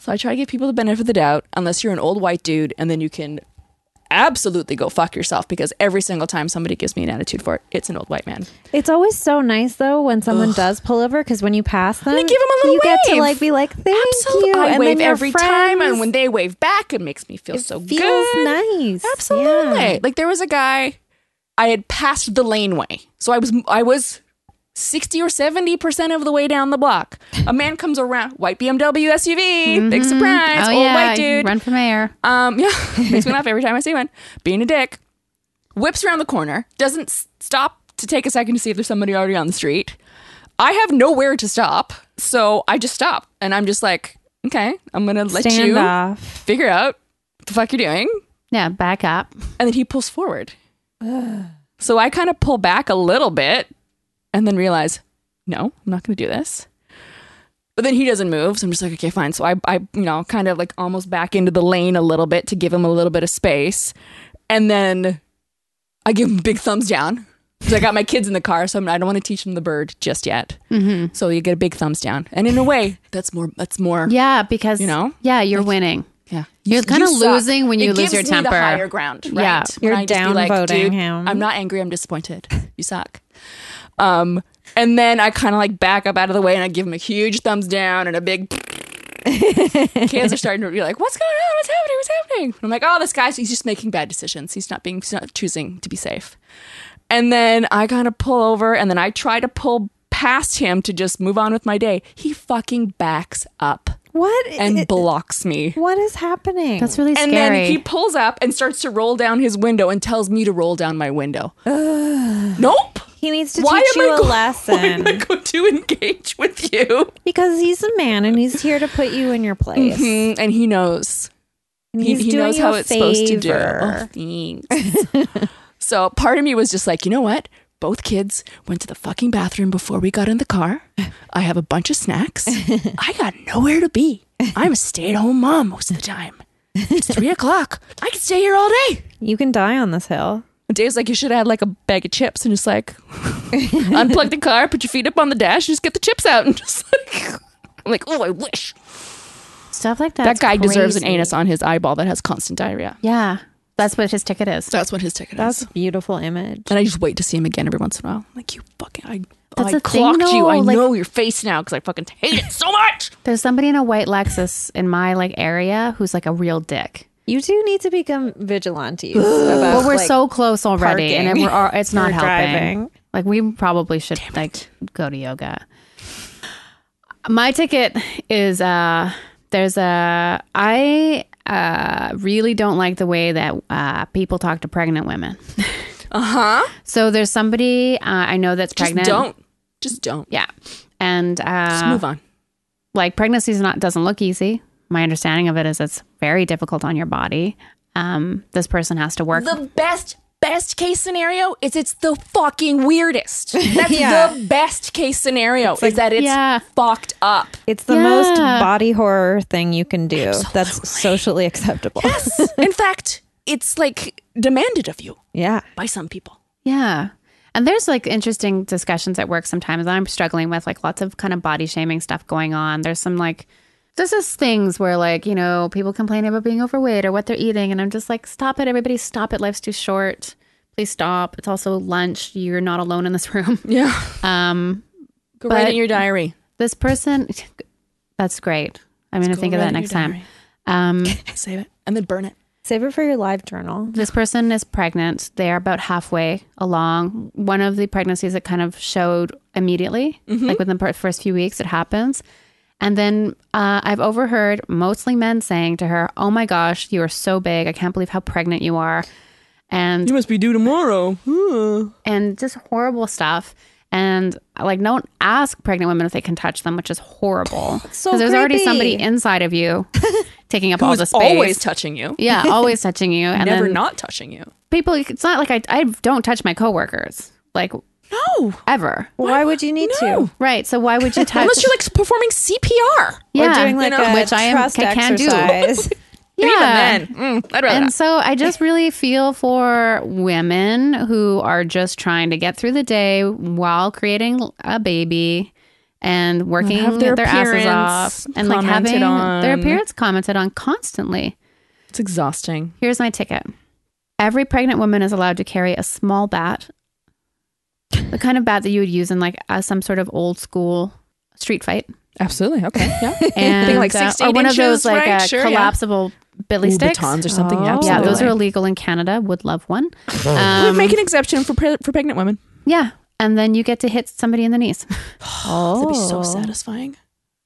[SPEAKER 3] So I try to give people the benefit of the doubt unless you're an old white dude and then you can absolutely go fuck yourself because every single time somebody gives me an attitude for it, it's an old white man.
[SPEAKER 2] It's always so nice though when someone does pull over because when you pass them,
[SPEAKER 3] give 'em a little
[SPEAKER 2] you get to
[SPEAKER 3] wave.
[SPEAKER 2] like be like, "Thank
[SPEAKER 3] Absolutely.
[SPEAKER 2] you,"
[SPEAKER 3] I
[SPEAKER 2] and
[SPEAKER 3] wave
[SPEAKER 2] then you're
[SPEAKER 3] every time and when they wave back it makes me feel so
[SPEAKER 2] feels
[SPEAKER 3] good.
[SPEAKER 2] nice.
[SPEAKER 3] Absolutely.
[SPEAKER 2] Yeah.
[SPEAKER 3] Like there was a guy I had passed the laneway. So I was I was 60 or 70% of the way down the block. A man comes around, white BMW SUV, big surprise,
[SPEAKER 1] oh
[SPEAKER 3] old
[SPEAKER 1] yeah,
[SPEAKER 3] white dude.
[SPEAKER 1] Run for mayor.
[SPEAKER 3] Um yeah, makes me laugh every time I see one. Being a dick. Whips around the corner, doesn't s- stop to take a second to see if there's somebody already on the street. I have nowhere to stop, so I just stop and I'm just like, okay, I'm going to let
[SPEAKER 2] Stand
[SPEAKER 3] you
[SPEAKER 2] off.
[SPEAKER 3] figure out what the fuck you're doing
[SPEAKER 1] Yeah, back up.
[SPEAKER 3] and then he pulls forward. so I kind of pull back a little bit and then realize, no, I'm not going to do this. But then he doesn't move. So I'm just like, okay, fine. So I, I, you know, kind of like almost back into the lane a little bit to give him a little bit of space. And then I give him big thumbs down. 'Cause I got my kids in the car, so I'm, I don't want to teach them the bird just yet. So you get a big thumbs down, and in a way, that's more. That's more.
[SPEAKER 1] Yeah, because
[SPEAKER 3] You know?
[SPEAKER 1] Yeah, you're winning.
[SPEAKER 3] Yeah,
[SPEAKER 1] You're
[SPEAKER 3] You-
[SPEAKER 1] kind of
[SPEAKER 3] you suck.
[SPEAKER 1] losing when you
[SPEAKER 3] It
[SPEAKER 1] lose
[SPEAKER 3] gives
[SPEAKER 1] your
[SPEAKER 3] me
[SPEAKER 1] temper.
[SPEAKER 3] The higher ground, right?
[SPEAKER 1] Yeah.
[SPEAKER 3] When
[SPEAKER 2] You're
[SPEAKER 3] I just be like,
[SPEAKER 2] downvoting
[SPEAKER 3] "Dude,
[SPEAKER 2] him."
[SPEAKER 3] I'm not angry. I'm disappointed. You suck. Um, and then I kind of like back up out of the way and I give him a huge thumbs down and a big. Kids are starting to be like, "What's going on? What's happening? What's happening?" And I'm like, "Oh, this guy's—he's just making bad decisions. He's not being—he's not choosing to be safe." And then I kind of pull over and then I try to pull past him to just move on with my day. He fucking backs up
[SPEAKER 2] What?
[SPEAKER 3] and
[SPEAKER 2] it-
[SPEAKER 3] blocks me.
[SPEAKER 2] what is happening?
[SPEAKER 1] That's really
[SPEAKER 3] And
[SPEAKER 1] scary.
[SPEAKER 3] then he pulls up and starts to roll down his window and tells me to roll down my window. nope.
[SPEAKER 2] he needs to
[SPEAKER 3] Why
[SPEAKER 2] teach
[SPEAKER 3] am I
[SPEAKER 2] you
[SPEAKER 3] Oh
[SPEAKER 2] a
[SPEAKER 3] go- Why
[SPEAKER 2] lesson
[SPEAKER 3] am I going to engage with you?
[SPEAKER 2] because he's a man and he's here to put you in your place.
[SPEAKER 3] Mm, and he knows.
[SPEAKER 2] And
[SPEAKER 3] He,
[SPEAKER 2] he's
[SPEAKER 3] he
[SPEAKER 2] doing
[SPEAKER 3] knows
[SPEAKER 2] you
[SPEAKER 3] how
[SPEAKER 2] a
[SPEAKER 3] it's supposed to do.
[SPEAKER 2] favor.
[SPEAKER 3] Oh, thanks. so part of me was just like, you know what? Both kids went to the fucking bathroom before we got in the car. I have a bunch of snacks. I got nowhere to be. I'm a stay at home mom most of the time. It's three o'clock. I can stay here all day.
[SPEAKER 2] You can die on this hill.
[SPEAKER 3] Dave's like, you should have had like a bag of chips and just like unplug the car, put your feet up on the dash, and just get the chips out. And just like, I'm like, oh, I wish.
[SPEAKER 1] Stuff like that.
[SPEAKER 3] that guy deserves an anus on his eyeball that has constant diarrhea.
[SPEAKER 1] Yeah, that's what his ticket is.
[SPEAKER 3] That's what his ticket
[SPEAKER 2] That's
[SPEAKER 3] is.
[SPEAKER 2] a beautiful image.
[SPEAKER 3] And I just wait to see him again every once in a while. I'm like, you fucking, I,
[SPEAKER 1] That's
[SPEAKER 3] I
[SPEAKER 1] the thing,
[SPEAKER 3] clocked you. I
[SPEAKER 1] though, like-
[SPEAKER 3] know your face now because I fucking hate it so much.
[SPEAKER 1] There's somebody in a white Lexus in my like area who's like a real dick.
[SPEAKER 2] You two need to become vigilantes. about,
[SPEAKER 1] But we're
[SPEAKER 2] like,
[SPEAKER 1] so close already, and
[SPEAKER 2] parking
[SPEAKER 1] it- we're all, it's not
[SPEAKER 2] or
[SPEAKER 1] helping.
[SPEAKER 2] driving.
[SPEAKER 1] Like we probably should like go to yoga. My ticket is uh there's a I uh, really don't like the way that uh, people talk to pregnant women. uh huh. So there's somebody uh, I know that's
[SPEAKER 3] Just
[SPEAKER 1] pregnant.
[SPEAKER 3] don't. Just don't.
[SPEAKER 1] Yeah, and uh,
[SPEAKER 3] Just move on.
[SPEAKER 1] like pregnancy is not doesn't look easy. My understanding of it is it's very difficult on your body. Um, this person has to work.
[SPEAKER 3] The best best case scenario is it's the fucking weirdest. That's the best case scenario is that it's
[SPEAKER 1] yeah.
[SPEAKER 3] fucked up.
[SPEAKER 2] It's the most
[SPEAKER 1] Yeah.
[SPEAKER 2] body horror thing you can do. That's socially acceptable.
[SPEAKER 3] In fact, it's like demanded of you
[SPEAKER 2] yeah.
[SPEAKER 3] by some people.
[SPEAKER 1] yeah. And there's like interesting discussions at work sometimes. I'm struggling with like lots of kind of body shaming stuff going on. There's some like, there's just things where like, you know, people complain about being overweight or what they're eating. And I'm just like, stop it, everybody, stop it. Life's too short. Please stop. It's also lunch. You're not alone in this room.
[SPEAKER 3] Yeah.
[SPEAKER 1] Um,
[SPEAKER 3] Go write
[SPEAKER 1] But-
[SPEAKER 3] in your diary.
[SPEAKER 1] this person, that's great. I'm going to
[SPEAKER 3] Go
[SPEAKER 1] think of
[SPEAKER 3] write in
[SPEAKER 1] that
[SPEAKER 3] your
[SPEAKER 1] next time.
[SPEAKER 3] diary.
[SPEAKER 1] Um,
[SPEAKER 3] Save it and then burn it.
[SPEAKER 2] Save it for your live journal.
[SPEAKER 1] This person is pregnant. They are about halfway along. One of the pregnancies that kind of showed immediately, like within the per- first few weeks, it happens. And then uh, I've overheard mostly men saying to her, Oh my gosh, you are so big. I can't believe how pregnant you are. And
[SPEAKER 3] must be due tomorrow.
[SPEAKER 1] and just horrible stuff. And like, don't ask pregnant women if they can touch them, which is horrible.
[SPEAKER 2] so
[SPEAKER 1] 'Cause there's already
[SPEAKER 2] creepy.
[SPEAKER 1] somebody inside of you taking up all the
[SPEAKER 3] Who's
[SPEAKER 1] space.
[SPEAKER 3] always touching you?
[SPEAKER 1] yeah, always touching you. And
[SPEAKER 3] Never
[SPEAKER 1] then,
[SPEAKER 3] not touching you.
[SPEAKER 1] people it's not like I, I don't touch my coworkers like
[SPEAKER 3] No.
[SPEAKER 1] ever
[SPEAKER 2] Why would you need to?
[SPEAKER 1] right so why would you touch
[SPEAKER 3] Unless you're like performing CPR.
[SPEAKER 1] yeah
[SPEAKER 2] Or doing like
[SPEAKER 3] know,
[SPEAKER 2] a
[SPEAKER 1] which I am
[SPEAKER 2] trust
[SPEAKER 1] I can do
[SPEAKER 2] exercise.
[SPEAKER 1] yeah
[SPEAKER 3] Even then, mm, I'd rather
[SPEAKER 1] Um, and
[SPEAKER 3] not.
[SPEAKER 1] so I just really feel for women who are just trying to get through the day while creating a baby and working
[SPEAKER 3] have
[SPEAKER 1] their,
[SPEAKER 3] their
[SPEAKER 1] asses
[SPEAKER 3] appearance
[SPEAKER 1] off and like
[SPEAKER 3] commented
[SPEAKER 1] having their
[SPEAKER 3] on.
[SPEAKER 1] appearance commented on constantly.
[SPEAKER 3] It's exhausting.
[SPEAKER 1] Here's my ticket. Every pregnant woman is allowed to carry a small bat, the kind of bat that you would use in like uh, some sort of old school street fight,
[SPEAKER 3] Absolutely. Okay. Yeah.
[SPEAKER 1] and
[SPEAKER 3] like,
[SPEAKER 1] uh,
[SPEAKER 3] 16
[SPEAKER 1] or one of
[SPEAKER 3] inches,
[SPEAKER 1] those like
[SPEAKER 3] right?
[SPEAKER 1] uh,
[SPEAKER 3] Sure, yeah.
[SPEAKER 1] collapsible billy
[SPEAKER 3] Ooh,
[SPEAKER 1] sticks.
[SPEAKER 3] batons or something. Yeah,
[SPEAKER 2] Oh.
[SPEAKER 1] yeah, those are
[SPEAKER 3] absolutely.
[SPEAKER 1] illegal in Canada. Would love one.
[SPEAKER 3] We'd
[SPEAKER 1] Um,
[SPEAKER 3] make an exception for pre- for pregnant women.
[SPEAKER 1] yeah, and then you get to hit somebody in the knees.
[SPEAKER 2] oh,
[SPEAKER 3] That'd be so satisfying.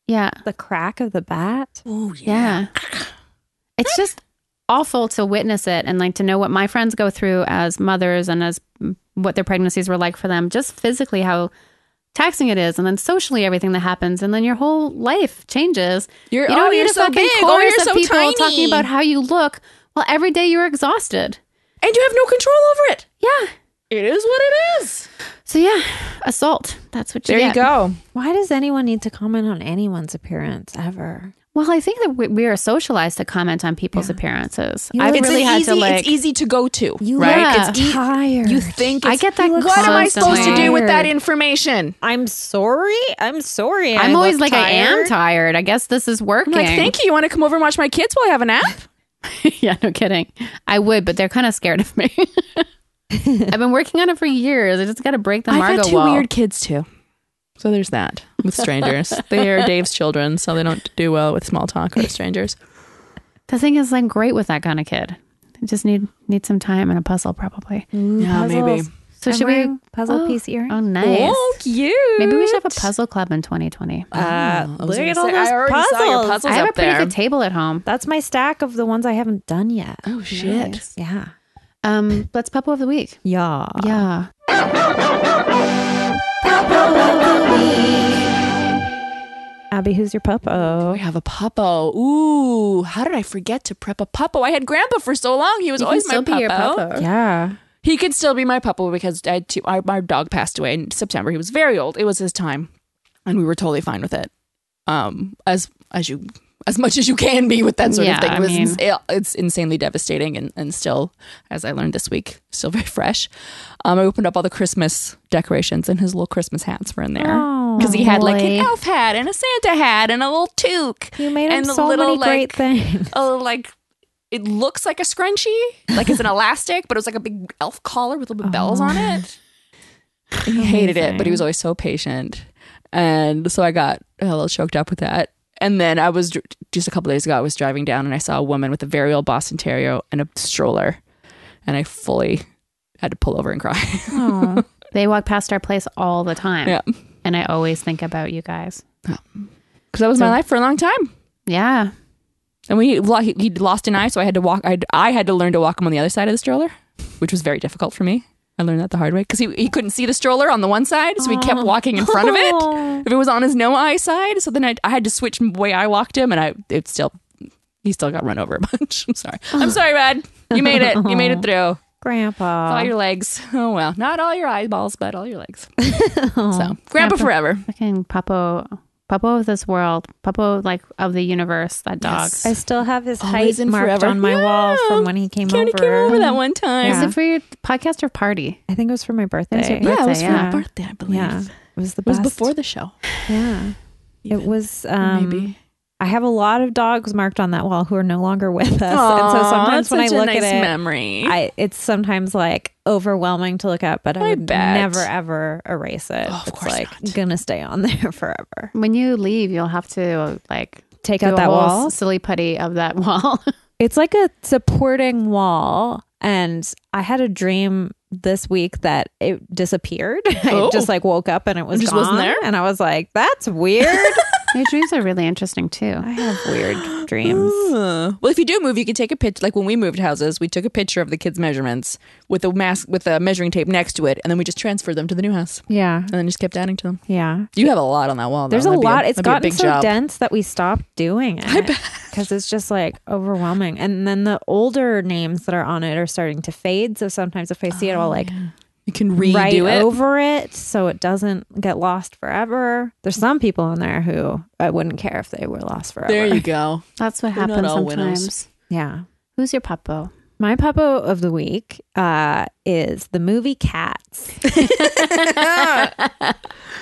[SPEAKER 1] yeah,
[SPEAKER 2] The crack of the bat.
[SPEAKER 3] Oh yeah.
[SPEAKER 1] yeah. It's just awful to witness it and like to know what my friends go through as mothers and as what their pregnancies were like for them, just physically how taxing it is, and then socially everything that happens, and then your whole life changes.
[SPEAKER 3] You're-
[SPEAKER 1] you don't
[SPEAKER 3] oh,
[SPEAKER 1] need
[SPEAKER 3] you're
[SPEAKER 1] a
[SPEAKER 3] so
[SPEAKER 1] fucking
[SPEAKER 3] big. Oh,
[SPEAKER 1] chorus
[SPEAKER 3] you're
[SPEAKER 1] of
[SPEAKER 3] so
[SPEAKER 1] people
[SPEAKER 3] tiny.
[SPEAKER 1] talking about how you look. Well, every day you're exhausted.
[SPEAKER 3] And you have no control over it.
[SPEAKER 1] Yeah.
[SPEAKER 3] It is what it is.
[SPEAKER 1] So yeah, assault. That's what you
[SPEAKER 3] There you
[SPEAKER 1] get.
[SPEAKER 3] go.
[SPEAKER 2] Why does anyone need to comment on anyone's appearance ever?
[SPEAKER 1] Well, I think that we, we are socialized to comment on people's appearances.
[SPEAKER 2] You
[SPEAKER 1] I
[SPEAKER 2] look
[SPEAKER 3] it's,
[SPEAKER 1] really
[SPEAKER 3] an
[SPEAKER 1] had
[SPEAKER 3] easy,
[SPEAKER 1] to like.
[SPEAKER 3] it's easy to go to.
[SPEAKER 1] Right?
[SPEAKER 2] look
[SPEAKER 1] It's
[SPEAKER 3] e-
[SPEAKER 2] tired.
[SPEAKER 3] You think
[SPEAKER 1] I
[SPEAKER 3] it's-
[SPEAKER 1] get that.
[SPEAKER 2] What
[SPEAKER 3] What am I supposed to
[SPEAKER 1] constantly.
[SPEAKER 3] do with that
[SPEAKER 2] Tired.
[SPEAKER 3] information?
[SPEAKER 2] I'm sorry. I'm sorry. I
[SPEAKER 1] I'm always like,
[SPEAKER 2] look
[SPEAKER 1] I am
[SPEAKER 2] tired.
[SPEAKER 1] tired. I guess this is working.
[SPEAKER 3] I'm like, thank you. You want to come over and watch my kids while I have a nap?
[SPEAKER 1] yeah, no kidding. I would, but they're kind of scared of me. I've been working on it for years. I just got to break the Margot
[SPEAKER 3] I've got two
[SPEAKER 1] wall.
[SPEAKER 3] weird kids too. So there's that with strangers. they are Dave's children, so they don't do well with small talk or strangers.
[SPEAKER 1] The thing is, I'm great with that kind of kid. I just need need some time and a puzzle, probably.
[SPEAKER 3] Yeah, maybe.
[SPEAKER 1] So
[SPEAKER 2] I'm
[SPEAKER 1] should we?
[SPEAKER 2] wearing puzzle
[SPEAKER 1] oh,
[SPEAKER 2] piece earring?
[SPEAKER 1] Oh, nice.
[SPEAKER 3] Oh, cute.
[SPEAKER 1] Maybe we should have a puzzle club in 2020.
[SPEAKER 2] Uh,
[SPEAKER 3] I was
[SPEAKER 2] look
[SPEAKER 3] gonna
[SPEAKER 2] at all
[SPEAKER 3] say,
[SPEAKER 2] those
[SPEAKER 3] I already
[SPEAKER 2] puzzles.
[SPEAKER 3] saw your puzzles
[SPEAKER 1] I have
[SPEAKER 3] up
[SPEAKER 1] a pretty
[SPEAKER 3] there.
[SPEAKER 1] good table at home.
[SPEAKER 2] That's my stack of the ones I haven't done yet.
[SPEAKER 3] oh shit.
[SPEAKER 2] Yeah.
[SPEAKER 1] Um, let's puppo of the week.
[SPEAKER 2] Yeah.
[SPEAKER 1] Yeah.
[SPEAKER 2] Abby, who's your pup? Oh.
[SPEAKER 3] We have a puppo. Ooh, how did I forget to prep a puppo? I had grandpa for so long. He was always my puppo.
[SPEAKER 2] Yeah.
[SPEAKER 3] He could still be my puppo because I had two, our, our dog passed away in September. He was very old. It was his time, and we were totally fine with it. Um, as as you as much as you can be with that sort
[SPEAKER 1] Yeah,
[SPEAKER 3] of thing.
[SPEAKER 1] I
[SPEAKER 3] It was
[SPEAKER 1] mean-
[SPEAKER 3] ins- it- it's insanely devastating, and and still, as I learned this week, still very fresh. Um, I opened up all the Christmas decorations, and his little Christmas hats were in there
[SPEAKER 2] Oh,
[SPEAKER 3] because he had like an
[SPEAKER 1] boy.
[SPEAKER 3] elf hat and a Santa hat and a little toque.
[SPEAKER 2] You made him
[SPEAKER 3] and a
[SPEAKER 2] so
[SPEAKER 3] little,
[SPEAKER 2] many great
[SPEAKER 3] like,
[SPEAKER 2] things.
[SPEAKER 3] Oh, like it looks like a scrunchie, like it's an elastic, but it was like a big elf collar with little bells on it. And He hated it, but he was always so patient, and so I got a little choked up with that. And then I was dr- just a couple days ago, I was driving down and I saw a woman with a very old Boston Terrier and a stroller, and I fully had to pull over and cry.
[SPEAKER 2] Oh.
[SPEAKER 1] They walk past our place all the time.
[SPEAKER 3] yeah,
[SPEAKER 1] And I always think about you guys.
[SPEAKER 3] because that was my life for a long time.
[SPEAKER 1] Yeah.
[SPEAKER 3] And we lo- he, he lost an eye, so I had to walk. I, I had to learn to walk him on the other side of the stroller, which was very difficult for me. I learned that the hard way because he, he couldn't see the stroller on the one side, so he kept walking in front of it. If it was on his no eye side, so then I, I had to switch the way I walked him, and I it still he still got run over a bunch. I'm sorry. I'm sorry, Rad. You made it. You made it through.
[SPEAKER 2] Grandpa.
[SPEAKER 3] All your legs. Oh well, not all your eyeballs, but all your legs. so grandpa forever.
[SPEAKER 1] Fucking Papo, Papo of this world, Papo like of the universe. That dog.
[SPEAKER 3] Yes.
[SPEAKER 2] I still have his
[SPEAKER 3] Always
[SPEAKER 2] height
[SPEAKER 3] and
[SPEAKER 2] marked
[SPEAKER 3] forever.
[SPEAKER 2] on my wall
[SPEAKER 3] Yeah.
[SPEAKER 2] from when he came
[SPEAKER 3] County
[SPEAKER 2] over.
[SPEAKER 3] came over that one time.
[SPEAKER 1] Is
[SPEAKER 2] Yeah.
[SPEAKER 1] it for your podcast or party?
[SPEAKER 2] I think it was for my
[SPEAKER 1] was your
[SPEAKER 2] birthday.
[SPEAKER 1] birthday,
[SPEAKER 3] Yeah, it was for
[SPEAKER 1] yeah.
[SPEAKER 3] my birthday, I believe.
[SPEAKER 2] Yeah. It was the
[SPEAKER 3] It was
[SPEAKER 2] best.
[SPEAKER 3] before the show.
[SPEAKER 2] Yeah. It
[SPEAKER 3] even,
[SPEAKER 2] was
[SPEAKER 3] or
[SPEAKER 2] um
[SPEAKER 3] maybe.
[SPEAKER 2] I have a lot of dogs marked on that wall who are no longer with us. and so
[SPEAKER 3] Aw,
[SPEAKER 2] sometimes
[SPEAKER 3] that's
[SPEAKER 2] when I
[SPEAKER 3] such a
[SPEAKER 2] look
[SPEAKER 3] nice
[SPEAKER 2] at it
[SPEAKER 3] memory.
[SPEAKER 2] I it's sometimes like overwhelming to look at, but I,
[SPEAKER 3] I
[SPEAKER 2] would
[SPEAKER 3] bet.
[SPEAKER 2] never ever erase it.
[SPEAKER 3] Oh, of
[SPEAKER 2] it's
[SPEAKER 3] course
[SPEAKER 2] like
[SPEAKER 3] not.
[SPEAKER 2] gonna stay on there forever.
[SPEAKER 1] When you leave, you'll have to uh, like
[SPEAKER 2] Take
[SPEAKER 1] do
[SPEAKER 2] out
[SPEAKER 1] a
[SPEAKER 2] that
[SPEAKER 1] whole
[SPEAKER 2] wall.
[SPEAKER 1] s- silly putty of that wall.
[SPEAKER 2] It's like a supporting wall. And I had a dream this week that it disappeared. I
[SPEAKER 3] Oh.
[SPEAKER 2] just like woke up and it was
[SPEAKER 3] It just
[SPEAKER 2] gone.
[SPEAKER 3] wasn't there?
[SPEAKER 2] And I was like, that's weird.
[SPEAKER 1] Your dreams are really interesting too.
[SPEAKER 2] I have weird dreams.
[SPEAKER 3] Uh, well, if you do move, you can take a picture. Like when we moved houses, we took a picture of the kids' measurements with a mask with a measuring tape next to it, and then we just transferred them to the new house,
[SPEAKER 2] Yeah.
[SPEAKER 3] and then just kept adding to them.
[SPEAKER 2] Yeah.
[SPEAKER 3] You have a lot on that wall. Though.
[SPEAKER 2] There's a
[SPEAKER 3] That'd be
[SPEAKER 2] lot. it's
[SPEAKER 3] that'd be a
[SPEAKER 2] gotten
[SPEAKER 3] big
[SPEAKER 2] so
[SPEAKER 3] job.
[SPEAKER 2] dense that we stopped doing it because it's just like overwhelming. And then the older names that are on it are starting to fade. So sometimes if I see it, I'll like
[SPEAKER 3] You can redo
[SPEAKER 2] right
[SPEAKER 3] it.
[SPEAKER 2] over it so it doesn't get lost forever. There's some people on there who I wouldn't care if they were lost forever.
[SPEAKER 3] There you go.
[SPEAKER 1] That's what
[SPEAKER 3] They're not
[SPEAKER 1] happens
[SPEAKER 3] all winners.
[SPEAKER 1] sometimes.
[SPEAKER 2] Yeah.
[SPEAKER 1] Who's your Papo?
[SPEAKER 2] My papo of the week uh, is the movie Cats.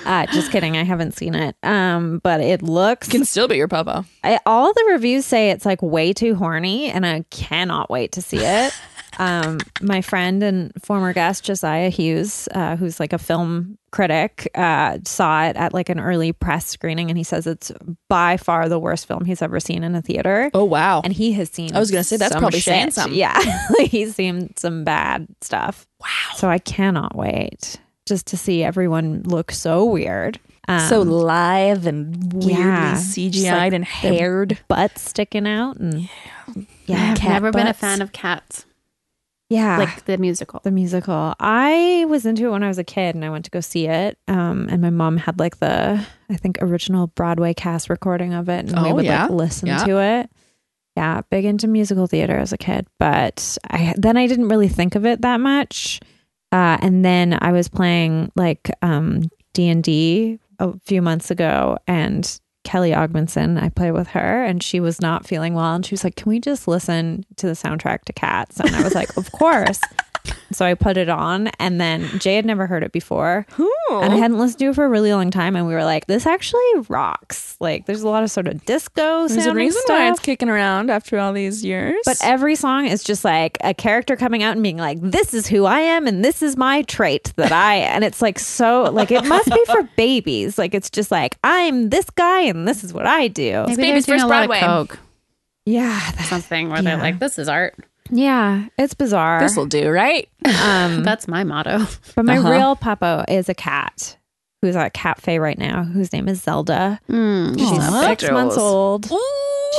[SPEAKER 2] uh, just kidding, I haven't seen it, um, but it looks.
[SPEAKER 3] Can still be your papa.
[SPEAKER 2] I, all the reviews say it's like way too horny, and I cannot wait to see it. um, my friend and former guest Josiah Hughes, uh, who's like a film critic, uh, saw it at like an early press screening, and he says it's by far the worst film he's ever seen in a theater.
[SPEAKER 3] Oh wow.
[SPEAKER 2] And he has seen.
[SPEAKER 3] I was gonna say, that's
[SPEAKER 2] so
[SPEAKER 3] probably
[SPEAKER 2] much
[SPEAKER 3] saying
[SPEAKER 2] shit.
[SPEAKER 3] something.
[SPEAKER 2] Yeah, Like, he's seen some bad stuff. Wow. So I cannot wait just to see everyone look so weird. Um,
[SPEAKER 3] so live and weirdly
[SPEAKER 2] yeah.
[SPEAKER 3] CGI'd and
[SPEAKER 2] their
[SPEAKER 3] haired.
[SPEAKER 2] butts sticking out and yeah,
[SPEAKER 1] I have
[SPEAKER 2] cat
[SPEAKER 1] never been a
[SPEAKER 2] butts.
[SPEAKER 1] fan of
[SPEAKER 3] Ah.
[SPEAKER 1] cats,
[SPEAKER 2] yeah
[SPEAKER 1] like the musical.
[SPEAKER 2] the musical. I was into it when I was a kid and I went to go see it. Um, and my mom had like the I think original Broadway cast recording of it, and we
[SPEAKER 3] Oh,
[SPEAKER 2] would
[SPEAKER 3] yeah.
[SPEAKER 2] like listen
[SPEAKER 3] Yeah.
[SPEAKER 2] to it. Yeah, big into musical theater as a kid, but I then I didn't really think of it that much. Uh, and then I was playing like um D and D a few months ago, and Kelly Ogmanson, I play with her, and she was not feeling well, and she was like, "Can we just listen to the soundtrack to Cats?" And I was like, "Of course." So I put it on, and then Jay had never heard it before, and I hadn't listened to it for a really long time. And we were like, "This actually rocks!" Like, there's a lot of sort of disco
[SPEAKER 3] There's a
[SPEAKER 2] sounding
[SPEAKER 3] reason
[SPEAKER 2] stuff,
[SPEAKER 3] why it's kicking around after all these years.
[SPEAKER 2] but every song is just like a character coming out and being like, "This is who I am, and this is my trait that I." And it's like so, like it must be for babies. Like it's just like I'm this guy, and this is what I do.
[SPEAKER 1] Maybe
[SPEAKER 3] Baby's
[SPEAKER 1] they're
[SPEAKER 3] First
[SPEAKER 1] doing a lot of
[SPEAKER 3] Broadway.
[SPEAKER 1] coke,
[SPEAKER 2] Yeah, that-
[SPEAKER 1] something where
[SPEAKER 2] Yeah.
[SPEAKER 1] they're like, "This is art."
[SPEAKER 3] Mm-hmm.
[SPEAKER 2] yeah, it's bizarre.
[SPEAKER 3] this'll do, right?
[SPEAKER 2] Um,
[SPEAKER 1] That's my motto.
[SPEAKER 2] But my
[SPEAKER 3] Uh-huh.
[SPEAKER 2] real papo is a cat who's at cafe right now, whose name is Zelda.
[SPEAKER 1] Hmm,
[SPEAKER 2] She's
[SPEAKER 3] Aw.
[SPEAKER 2] six
[SPEAKER 3] Zelda.
[SPEAKER 2] months old.
[SPEAKER 3] Ooh.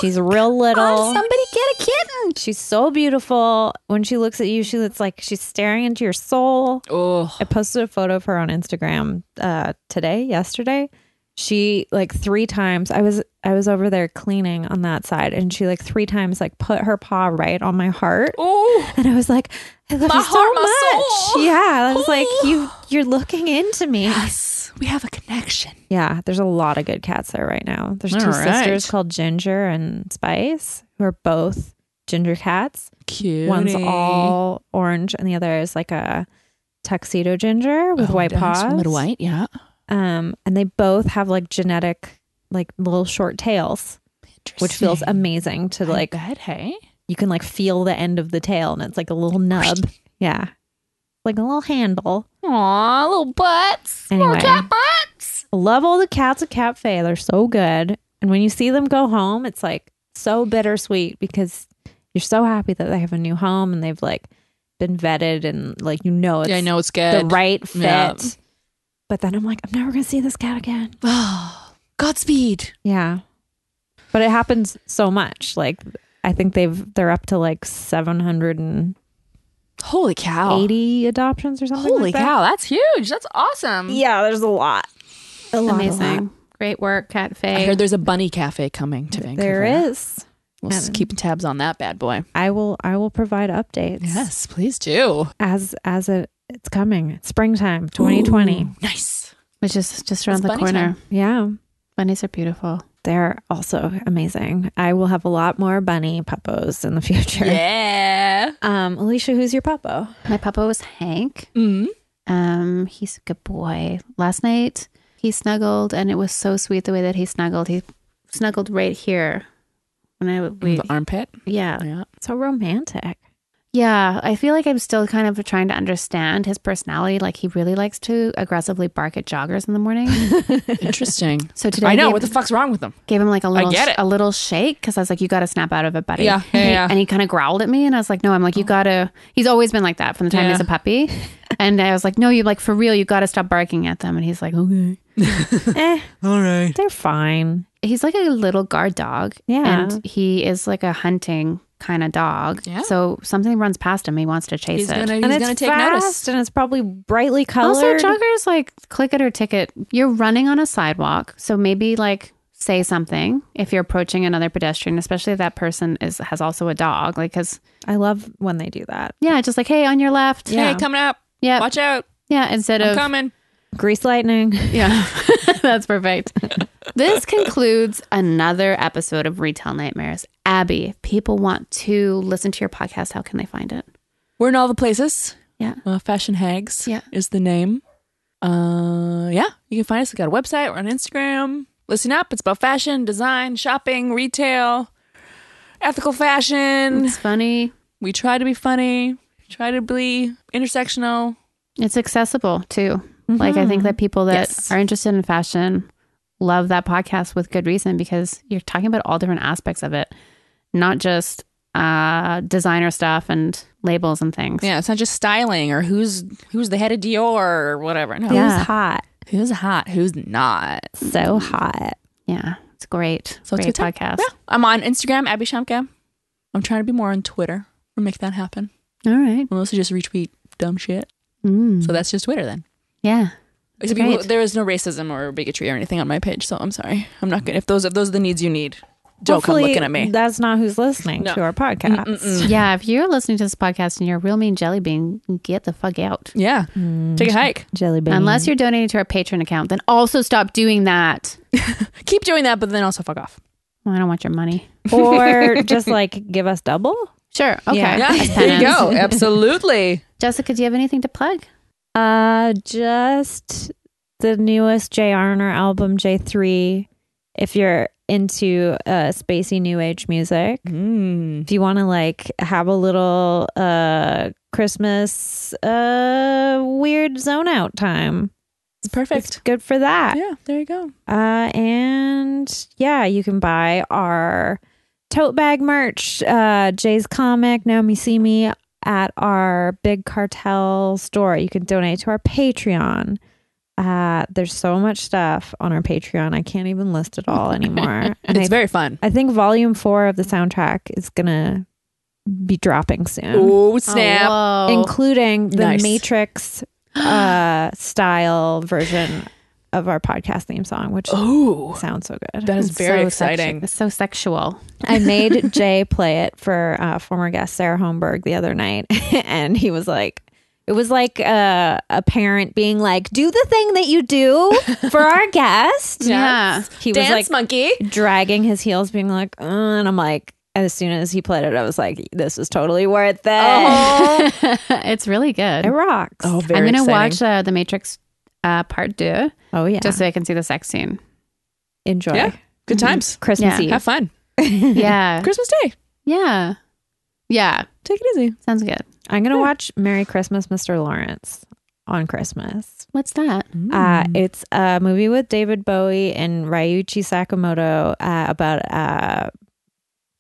[SPEAKER 2] She's real
[SPEAKER 3] Oh,
[SPEAKER 2] little.
[SPEAKER 3] somebody get a kitten.
[SPEAKER 2] She's so beautiful. When she looks at you, she looks like she's staring into your soul.
[SPEAKER 3] Oh,
[SPEAKER 2] I posted a photo of her on Instagram uh, today, yesterday. She like three times. I was I was over there cleaning on that side, and she like three times like put her paw right on my heart.
[SPEAKER 3] oh,
[SPEAKER 2] And I was like, I love
[SPEAKER 3] My
[SPEAKER 2] you so
[SPEAKER 3] heart,
[SPEAKER 2] much.
[SPEAKER 3] my soul.
[SPEAKER 2] Yeah. I was like,
[SPEAKER 3] Ooh.
[SPEAKER 2] you you're looking into me.
[SPEAKER 3] yes, we have a connection.
[SPEAKER 2] Yeah. There's a lot of good cats there right now. There's two
[SPEAKER 3] All right.
[SPEAKER 2] sisters called Ginger and Spice, who are both ginger cats.
[SPEAKER 3] Cute.
[SPEAKER 2] One's all orange and the other is like a tuxedo ginger with white paws.
[SPEAKER 3] Oh, white, yeah.
[SPEAKER 2] Um, and they both have like genetic like little short tails, which feels amazing to like
[SPEAKER 3] bad, hey?
[SPEAKER 2] you can like feel the end of the tail and it's like a little nub. Yeah. Like a little handle.
[SPEAKER 3] Aw, little butts.
[SPEAKER 2] Anyway.
[SPEAKER 3] butts.
[SPEAKER 2] Love all the cats at Cafe. They're so good. And when you see them go home, it's like so bittersweet because you're so happy that they have a new home and they've like been vetted and like you know it's
[SPEAKER 3] Yeah, I know it's good.
[SPEAKER 2] the right fit.
[SPEAKER 3] Yeah.
[SPEAKER 2] But then I'm like, I'm never gonna see this cat again.
[SPEAKER 3] Oh, Godspeed.
[SPEAKER 2] Yeah. But it happens so much. Like I think they've they're up to like 780
[SPEAKER 3] Holy cow.
[SPEAKER 2] adoptions or something.
[SPEAKER 3] Oh. Holy
[SPEAKER 2] like that.
[SPEAKER 3] cow. That's huge. That's awesome.
[SPEAKER 2] Yeah, there's a lot. A lot, a lot.
[SPEAKER 1] Amazing. Great work, Cat
[SPEAKER 3] I
[SPEAKER 1] Faye.
[SPEAKER 3] heard there's a bunny cafe coming to Vancouver.
[SPEAKER 2] There is.
[SPEAKER 3] We'll s- keep tabs on that bad boy.
[SPEAKER 2] I will I will provide updates
[SPEAKER 3] Yes, please do.
[SPEAKER 2] as as it it's coming. It's springtime 2020.
[SPEAKER 3] Ooh, nice.
[SPEAKER 1] Which is just around
[SPEAKER 3] It's
[SPEAKER 1] the
[SPEAKER 3] bunny
[SPEAKER 1] corner.
[SPEAKER 3] time.
[SPEAKER 2] Yeah.
[SPEAKER 1] Bunnies are beautiful.
[SPEAKER 2] They're also amazing. I will have a lot more bunny puppos in the future.
[SPEAKER 3] Yeah.
[SPEAKER 2] Um, Alicia, who's your puppo?
[SPEAKER 1] My papa was Hank.
[SPEAKER 2] Mm-hmm.
[SPEAKER 3] Mm.
[SPEAKER 1] Um, he's a good boy. Last night he snuggled, and it was so sweet the way that he snuggled. He snuggled right here when I we
[SPEAKER 3] The armpit.
[SPEAKER 1] yeah
[SPEAKER 3] Yeah.
[SPEAKER 2] So romantic.
[SPEAKER 1] yeah. I feel like I'm still kind of trying to understand his personality. Like he really likes to aggressively bark at joggers in the morning.
[SPEAKER 3] Interesting.
[SPEAKER 1] So today
[SPEAKER 3] I know.
[SPEAKER 1] gave,
[SPEAKER 3] What the fuck's wrong with them?
[SPEAKER 1] gave him like a little
[SPEAKER 3] get it.
[SPEAKER 1] a little shake because I was like, you got to snap out of it, buddy.
[SPEAKER 3] Yeah, yeah, yeah. Oh.
[SPEAKER 1] And he kind of growled at me, and I was like, no. I'm like, you gotta. He's always been like that from the time he was
[SPEAKER 3] Yeah.
[SPEAKER 1] a puppy. And I was like, no, you like for real, you gotta stop barking at them. And he's like, okay.
[SPEAKER 2] eh,
[SPEAKER 3] All right.
[SPEAKER 2] they're fine.
[SPEAKER 1] he's like a little guard dog.
[SPEAKER 2] Yeah.
[SPEAKER 1] And he is like a hunting kind of dog.
[SPEAKER 3] Yeah.
[SPEAKER 1] So something runs past him, he wants to chase
[SPEAKER 3] He's
[SPEAKER 1] it.
[SPEAKER 3] going to
[SPEAKER 2] and
[SPEAKER 3] he's
[SPEAKER 2] it's
[SPEAKER 3] gonna take
[SPEAKER 2] fast
[SPEAKER 3] notice.
[SPEAKER 2] and it's probably brightly
[SPEAKER 1] also,
[SPEAKER 2] colored.
[SPEAKER 1] joggers like click it or ticket. You're running on a sidewalk, so maybe like say something if you're approaching another pedestrian, especially if that person is has also a dog. Like, cause
[SPEAKER 2] I love when they do that.
[SPEAKER 1] yeah, just like hey, on your left,
[SPEAKER 2] Yeah.
[SPEAKER 3] Hey, coming up.
[SPEAKER 1] yeah,
[SPEAKER 3] Watch out.
[SPEAKER 1] yeah. Instead
[SPEAKER 3] I'm
[SPEAKER 1] of
[SPEAKER 3] coming.
[SPEAKER 2] Grease lightning.
[SPEAKER 1] Yeah. That's perfect. this concludes another episode of Retail Nightmares. Abby, if people want to listen to your podcast, how can they find it?
[SPEAKER 3] We're in all the places.
[SPEAKER 1] Yeah.
[SPEAKER 3] Uh, Fashion Hags
[SPEAKER 1] Yeah.
[SPEAKER 3] is the name. Uh, yeah, you can find us. We got a website. We're on Instagram. Listen up. It's about fashion, design, shopping, retail, ethical fashion.
[SPEAKER 1] It's funny.
[SPEAKER 3] We try to be funny. Try to be intersectional.
[SPEAKER 1] It's accessible too. Like I think that people that
[SPEAKER 3] Yes.
[SPEAKER 1] are interested in fashion love that podcast with good reason because you're talking about all different aspects of it, not just uh designer stuff and labels and things.
[SPEAKER 3] Yeah, it's not just styling or who's who's the head of Dior or whatever. No,
[SPEAKER 1] Yeah.
[SPEAKER 2] Who's hot?
[SPEAKER 3] who's hot, who's not.
[SPEAKER 2] So hot.
[SPEAKER 1] Yeah. It's great.
[SPEAKER 3] So it's
[SPEAKER 1] great
[SPEAKER 3] good time.
[SPEAKER 1] podcast.
[SPEAKER 3] Yeah, I'm on Instagram, Abby Shamka. I'm trying to be more on Twitter. We'll make that happen.
[SPEAKER 1] All right.
[SPEAKER 3] We'll also just retweet dumb shit.
[SPEAKER 1] Mm.
[SPEAKER 3] So that's just Twitter then.
[SPEAKER 1] yeah.
[SPEAKER 3] Except people-
[SPEAKER 1] Great.
[SPEAKER 3] there is no racism or bigotry or anything on my page, so I'm sorry. I'm not gonna. If those if those are the needs you need, don't
[SPEAKER 2] Hopefully
[SPEAKER 3] come looking at me.
[SPEAKER 2] That's not who's listening
[SPEAKER 3] No.
[SPEAKER 2] to our podcast.
[SPEAKER 1] yeah, if you're listening to this podcast and you're a real mean jelly bean, get the fuck out.
[SPEAKER 3] yeah, take a hike.
[SPEAKER 2] Mm. Jelly bean.
[SPEAKER 1] Unless you're donating to our Patreon account, then also stop doing that.
[SPEAKER 3] Keep doing that, but then also fuck off.
[SPEAKER 1] Well, I don't want your money.
[SPEAKER 2] or just like give us double.
[SPEAKER 1] Sure. Okay.
[SPEAKER 2] Yeah.
[SPEAKER 1] As
[SPEAKER 3] there you
[SPEAKER 1] penance.
[SPEAKER 3] go. Absolutely.
[SPEAKER 1] Jessica, do you have anything to plug?
[SPEAKER 2] Uh, just the newest J. Arner album, J three. If you're into uh, spacey new age music,
[SPEAKER 3] Mm.
[SPEAKER 2] if you want to like have a little uh Christmas uh weird zone out time,
[SPEAKER 3] It's
[SPEAKER 2] it's
[SPEAKER 3] perfect.
[SPEAKER 2] good for that.
[SPEAKER 3] Yeah, there you go.
[SPEAKER 2] Uh, and yeah, you can buy our tote bag merch, uh, Jay's comic, Naomi See Me at our big cartel store. You can donate to our Patreon. Uh, there's so much stuff on our Patreon. I can't even list it all anymore. and I,
[SPEAKER 3] It's very fun.
[SPEAKER 2] I think volume four of the soundtrack is gonna be dropping soon,
[SPEAKER 3] Oh snap!
[SPEAKER 1] Oh, whoa.
[SPEAKER 2] including the
[SPEAKER 3] Nice.
[SPEAKER 2] Matrix uh, style version of our podcast theme song, which
[SPEAKER 3] Oh,
[SPEAKER 2] sounds so good.
[SPEAKER 3] that is
[SPEAKER 1] It's
[SPEAKER 3] very
[SPEAKER 1] so sexu-
[SPEAKER 3] exciting.
[SPEAKER 1] it's so sexual.
[SPEAKER 2] I made Jay play it for uh, former guest Sarah Holmberg the other night, and he was like, it was like uh, a parent being like, do the thing that you do for our guest.
[SPEAKER 1] Yeah.
[SPEAKER 2] He was
[SPEAKER 3] Dance
[SPEAKER 2] like
[SPEAKER 3] monkey.
[SPEAKER 2] dragging his heels, being like, "Uh," and I'm like, as soon as he played it, I was like, this is totally worth it.
[SPEAKER 1] it's really good.
[SPEAKER 2] It rocks.
[SPEAKER 3] Oh, very.
[SPEAKER 1] I'm gonna
[SPEAKER 3] exciting.
[SPEAKER 1] watch uh, The Matrix uh, Part 2
[SPEAKER 2] Oh, yeah.
[SPEAKER 1] just
[SPEAKER 2] Just
[SPEAKER 1] so I can see the sex scene.
[SPEAKER 2] enjoy.
[SPEAKER 3] Yeah. Good times.
[SPEAKER 2] Christmas
[SPEAKER 1] Yeah.
[SPEAKER 3] Have fun.
[SPEAKER 2] Eve.
[SPEAKER 1] Yeah.
[SPEAKER 3] Christmas Day.
[SPEAKER 1] yeah. Yeah.
[SPEAKER 3] Take it easy.
[SPEAKER 1] Sounds good.
[SPEAKER 2] I'm going to watch Merry Christmas, Mr. Lawrence on Christmas.
[SPEAKER 1] What's that?
[SPEAKER 3] Mm.
[SPEAKER 2] Uh, it's a movie with David Bowie and Ryuichi Sakamoto uh, about uh,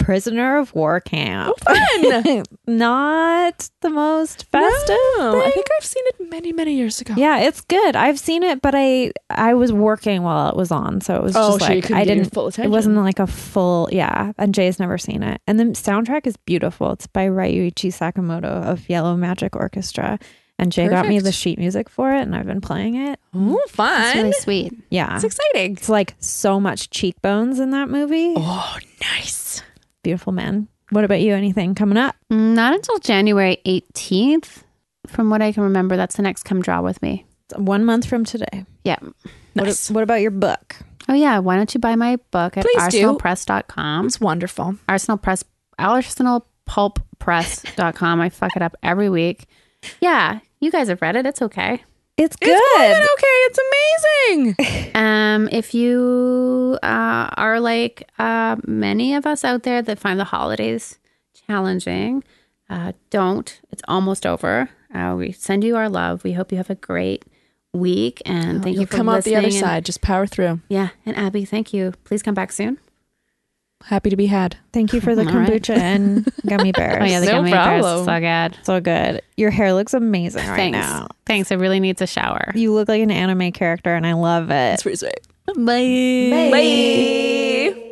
[SPEAKER 2] pr- prisoner of war
[SPEAKER 3] Oh,
[SPEAKER 2] camp. Not the most festive.
[SPEAKER 3] No, Oh, I
[SPEAKER 2] thing.
[SPEAKER 3] think I've seen it many, many years ago.
[SPEAKER 2] Yeah, it's good. I've seen it, but I I was working while it was on, so it was
[SPEAKER 3] Oh,
[SPEAKER 2] just
[SPEAKER 3] so you
[SPEAKER 2] like
[SPEAKER 3] couldn't
[SPEAKER 2] I
[SPEAKER 3] get your
[SPEAKER 2] didn't
[SPEAKER 3] full
[SPEAKER 2] It
[SPEAKER 3] attention.
[SPEAKER 2] wasn't like a full yeah. And Jay's never seen it, and the soundtrack is beautiful. It's by Ryuichi Sakamoto of Yellow Magic Orchestra, and Jay got me the
[SPEAKER 3] Perfect.
[SPEAKER 2] sheet music for it, and I've been playing it.
[SPEAKER 3] Oh,
[SPEAKER 1] It's
[SPEAKER 3] fun.
[SPEAKER 1] really sweet.
[SPEAKER 2] Yeah,
[SPEAKER 3] it's exciting.
[SPEAKER 2] it's like so much cheekbones in that movie.
[SPEAKER 3] Oh, nice.
[SPEAKER 2] Beautiful man. What about you? Anything coming up?
[SPEAKER 1] Not until January 18th. From what I can remember, that's the next come draw with me.
[SPEAKER 2] One month from today.
[SPEAKER 1] Yeah.
[SPEAKER 3] Nice.
[SPEAKER 2] What, what about your book?
[SPEAKER 1] Oh, yeah. Why don't you buy my book at
[SPEAKER 3] Please do.
[SPEAKER 1] arsenalpress.com?
[SPEAKER 3] It's wonderful.
[SPEAKER 1] Arsenal Press, arsenalpulppress.com. I fuck it up every week. Yeah. You guys have read it. It's okay.
[SPEAKER 2] It's good.
[SPEAKER 3] It's more than Oh, okay. It's amazing.
[SPEAKER 1] Um, if you uh, are like uh, many of us out there that find the holidays challenging, uh, don't. It's almost over. Uh, we send you our love. We hope you have a great week and thank
[SPEAKER 3] Oh, You'll
[SPEAKER 1] you for
[SPEAKER 3] come out the other
[SPEAKER 1] listening. And-
[SPEAKER 3] side. Just power through.
[SPEAKER 1] Yeah, and Abby, thank you. Please come back soon.
[SPEAKER 3] Happy to be had.
[SPEAKER 2] Thank you for the
[SPEAKER 1] All right.
[SPEAKER 2] kombucha and gummy bears.
[SPEAKER 1] Oh yeah, the
[SPEAKER 3] No
[SPEAKER 1] gummy bears
[SPEAKER 3] problem.
[SPEAKER 1] so good.
[SPEAKER 2] So good. Your hair looks amazing right
[SPEAKER 1] Thanks.
[SPEAKER 2] now.
[SPEAKER 1] Thanks. It really needs a shower.
[SPEAKER 2] You look like an anime character and I love it.
[SPEAKER 3] That's pretty sweet.
[SPEAKER 1] Bye.
[SPEAKER 3] Bye.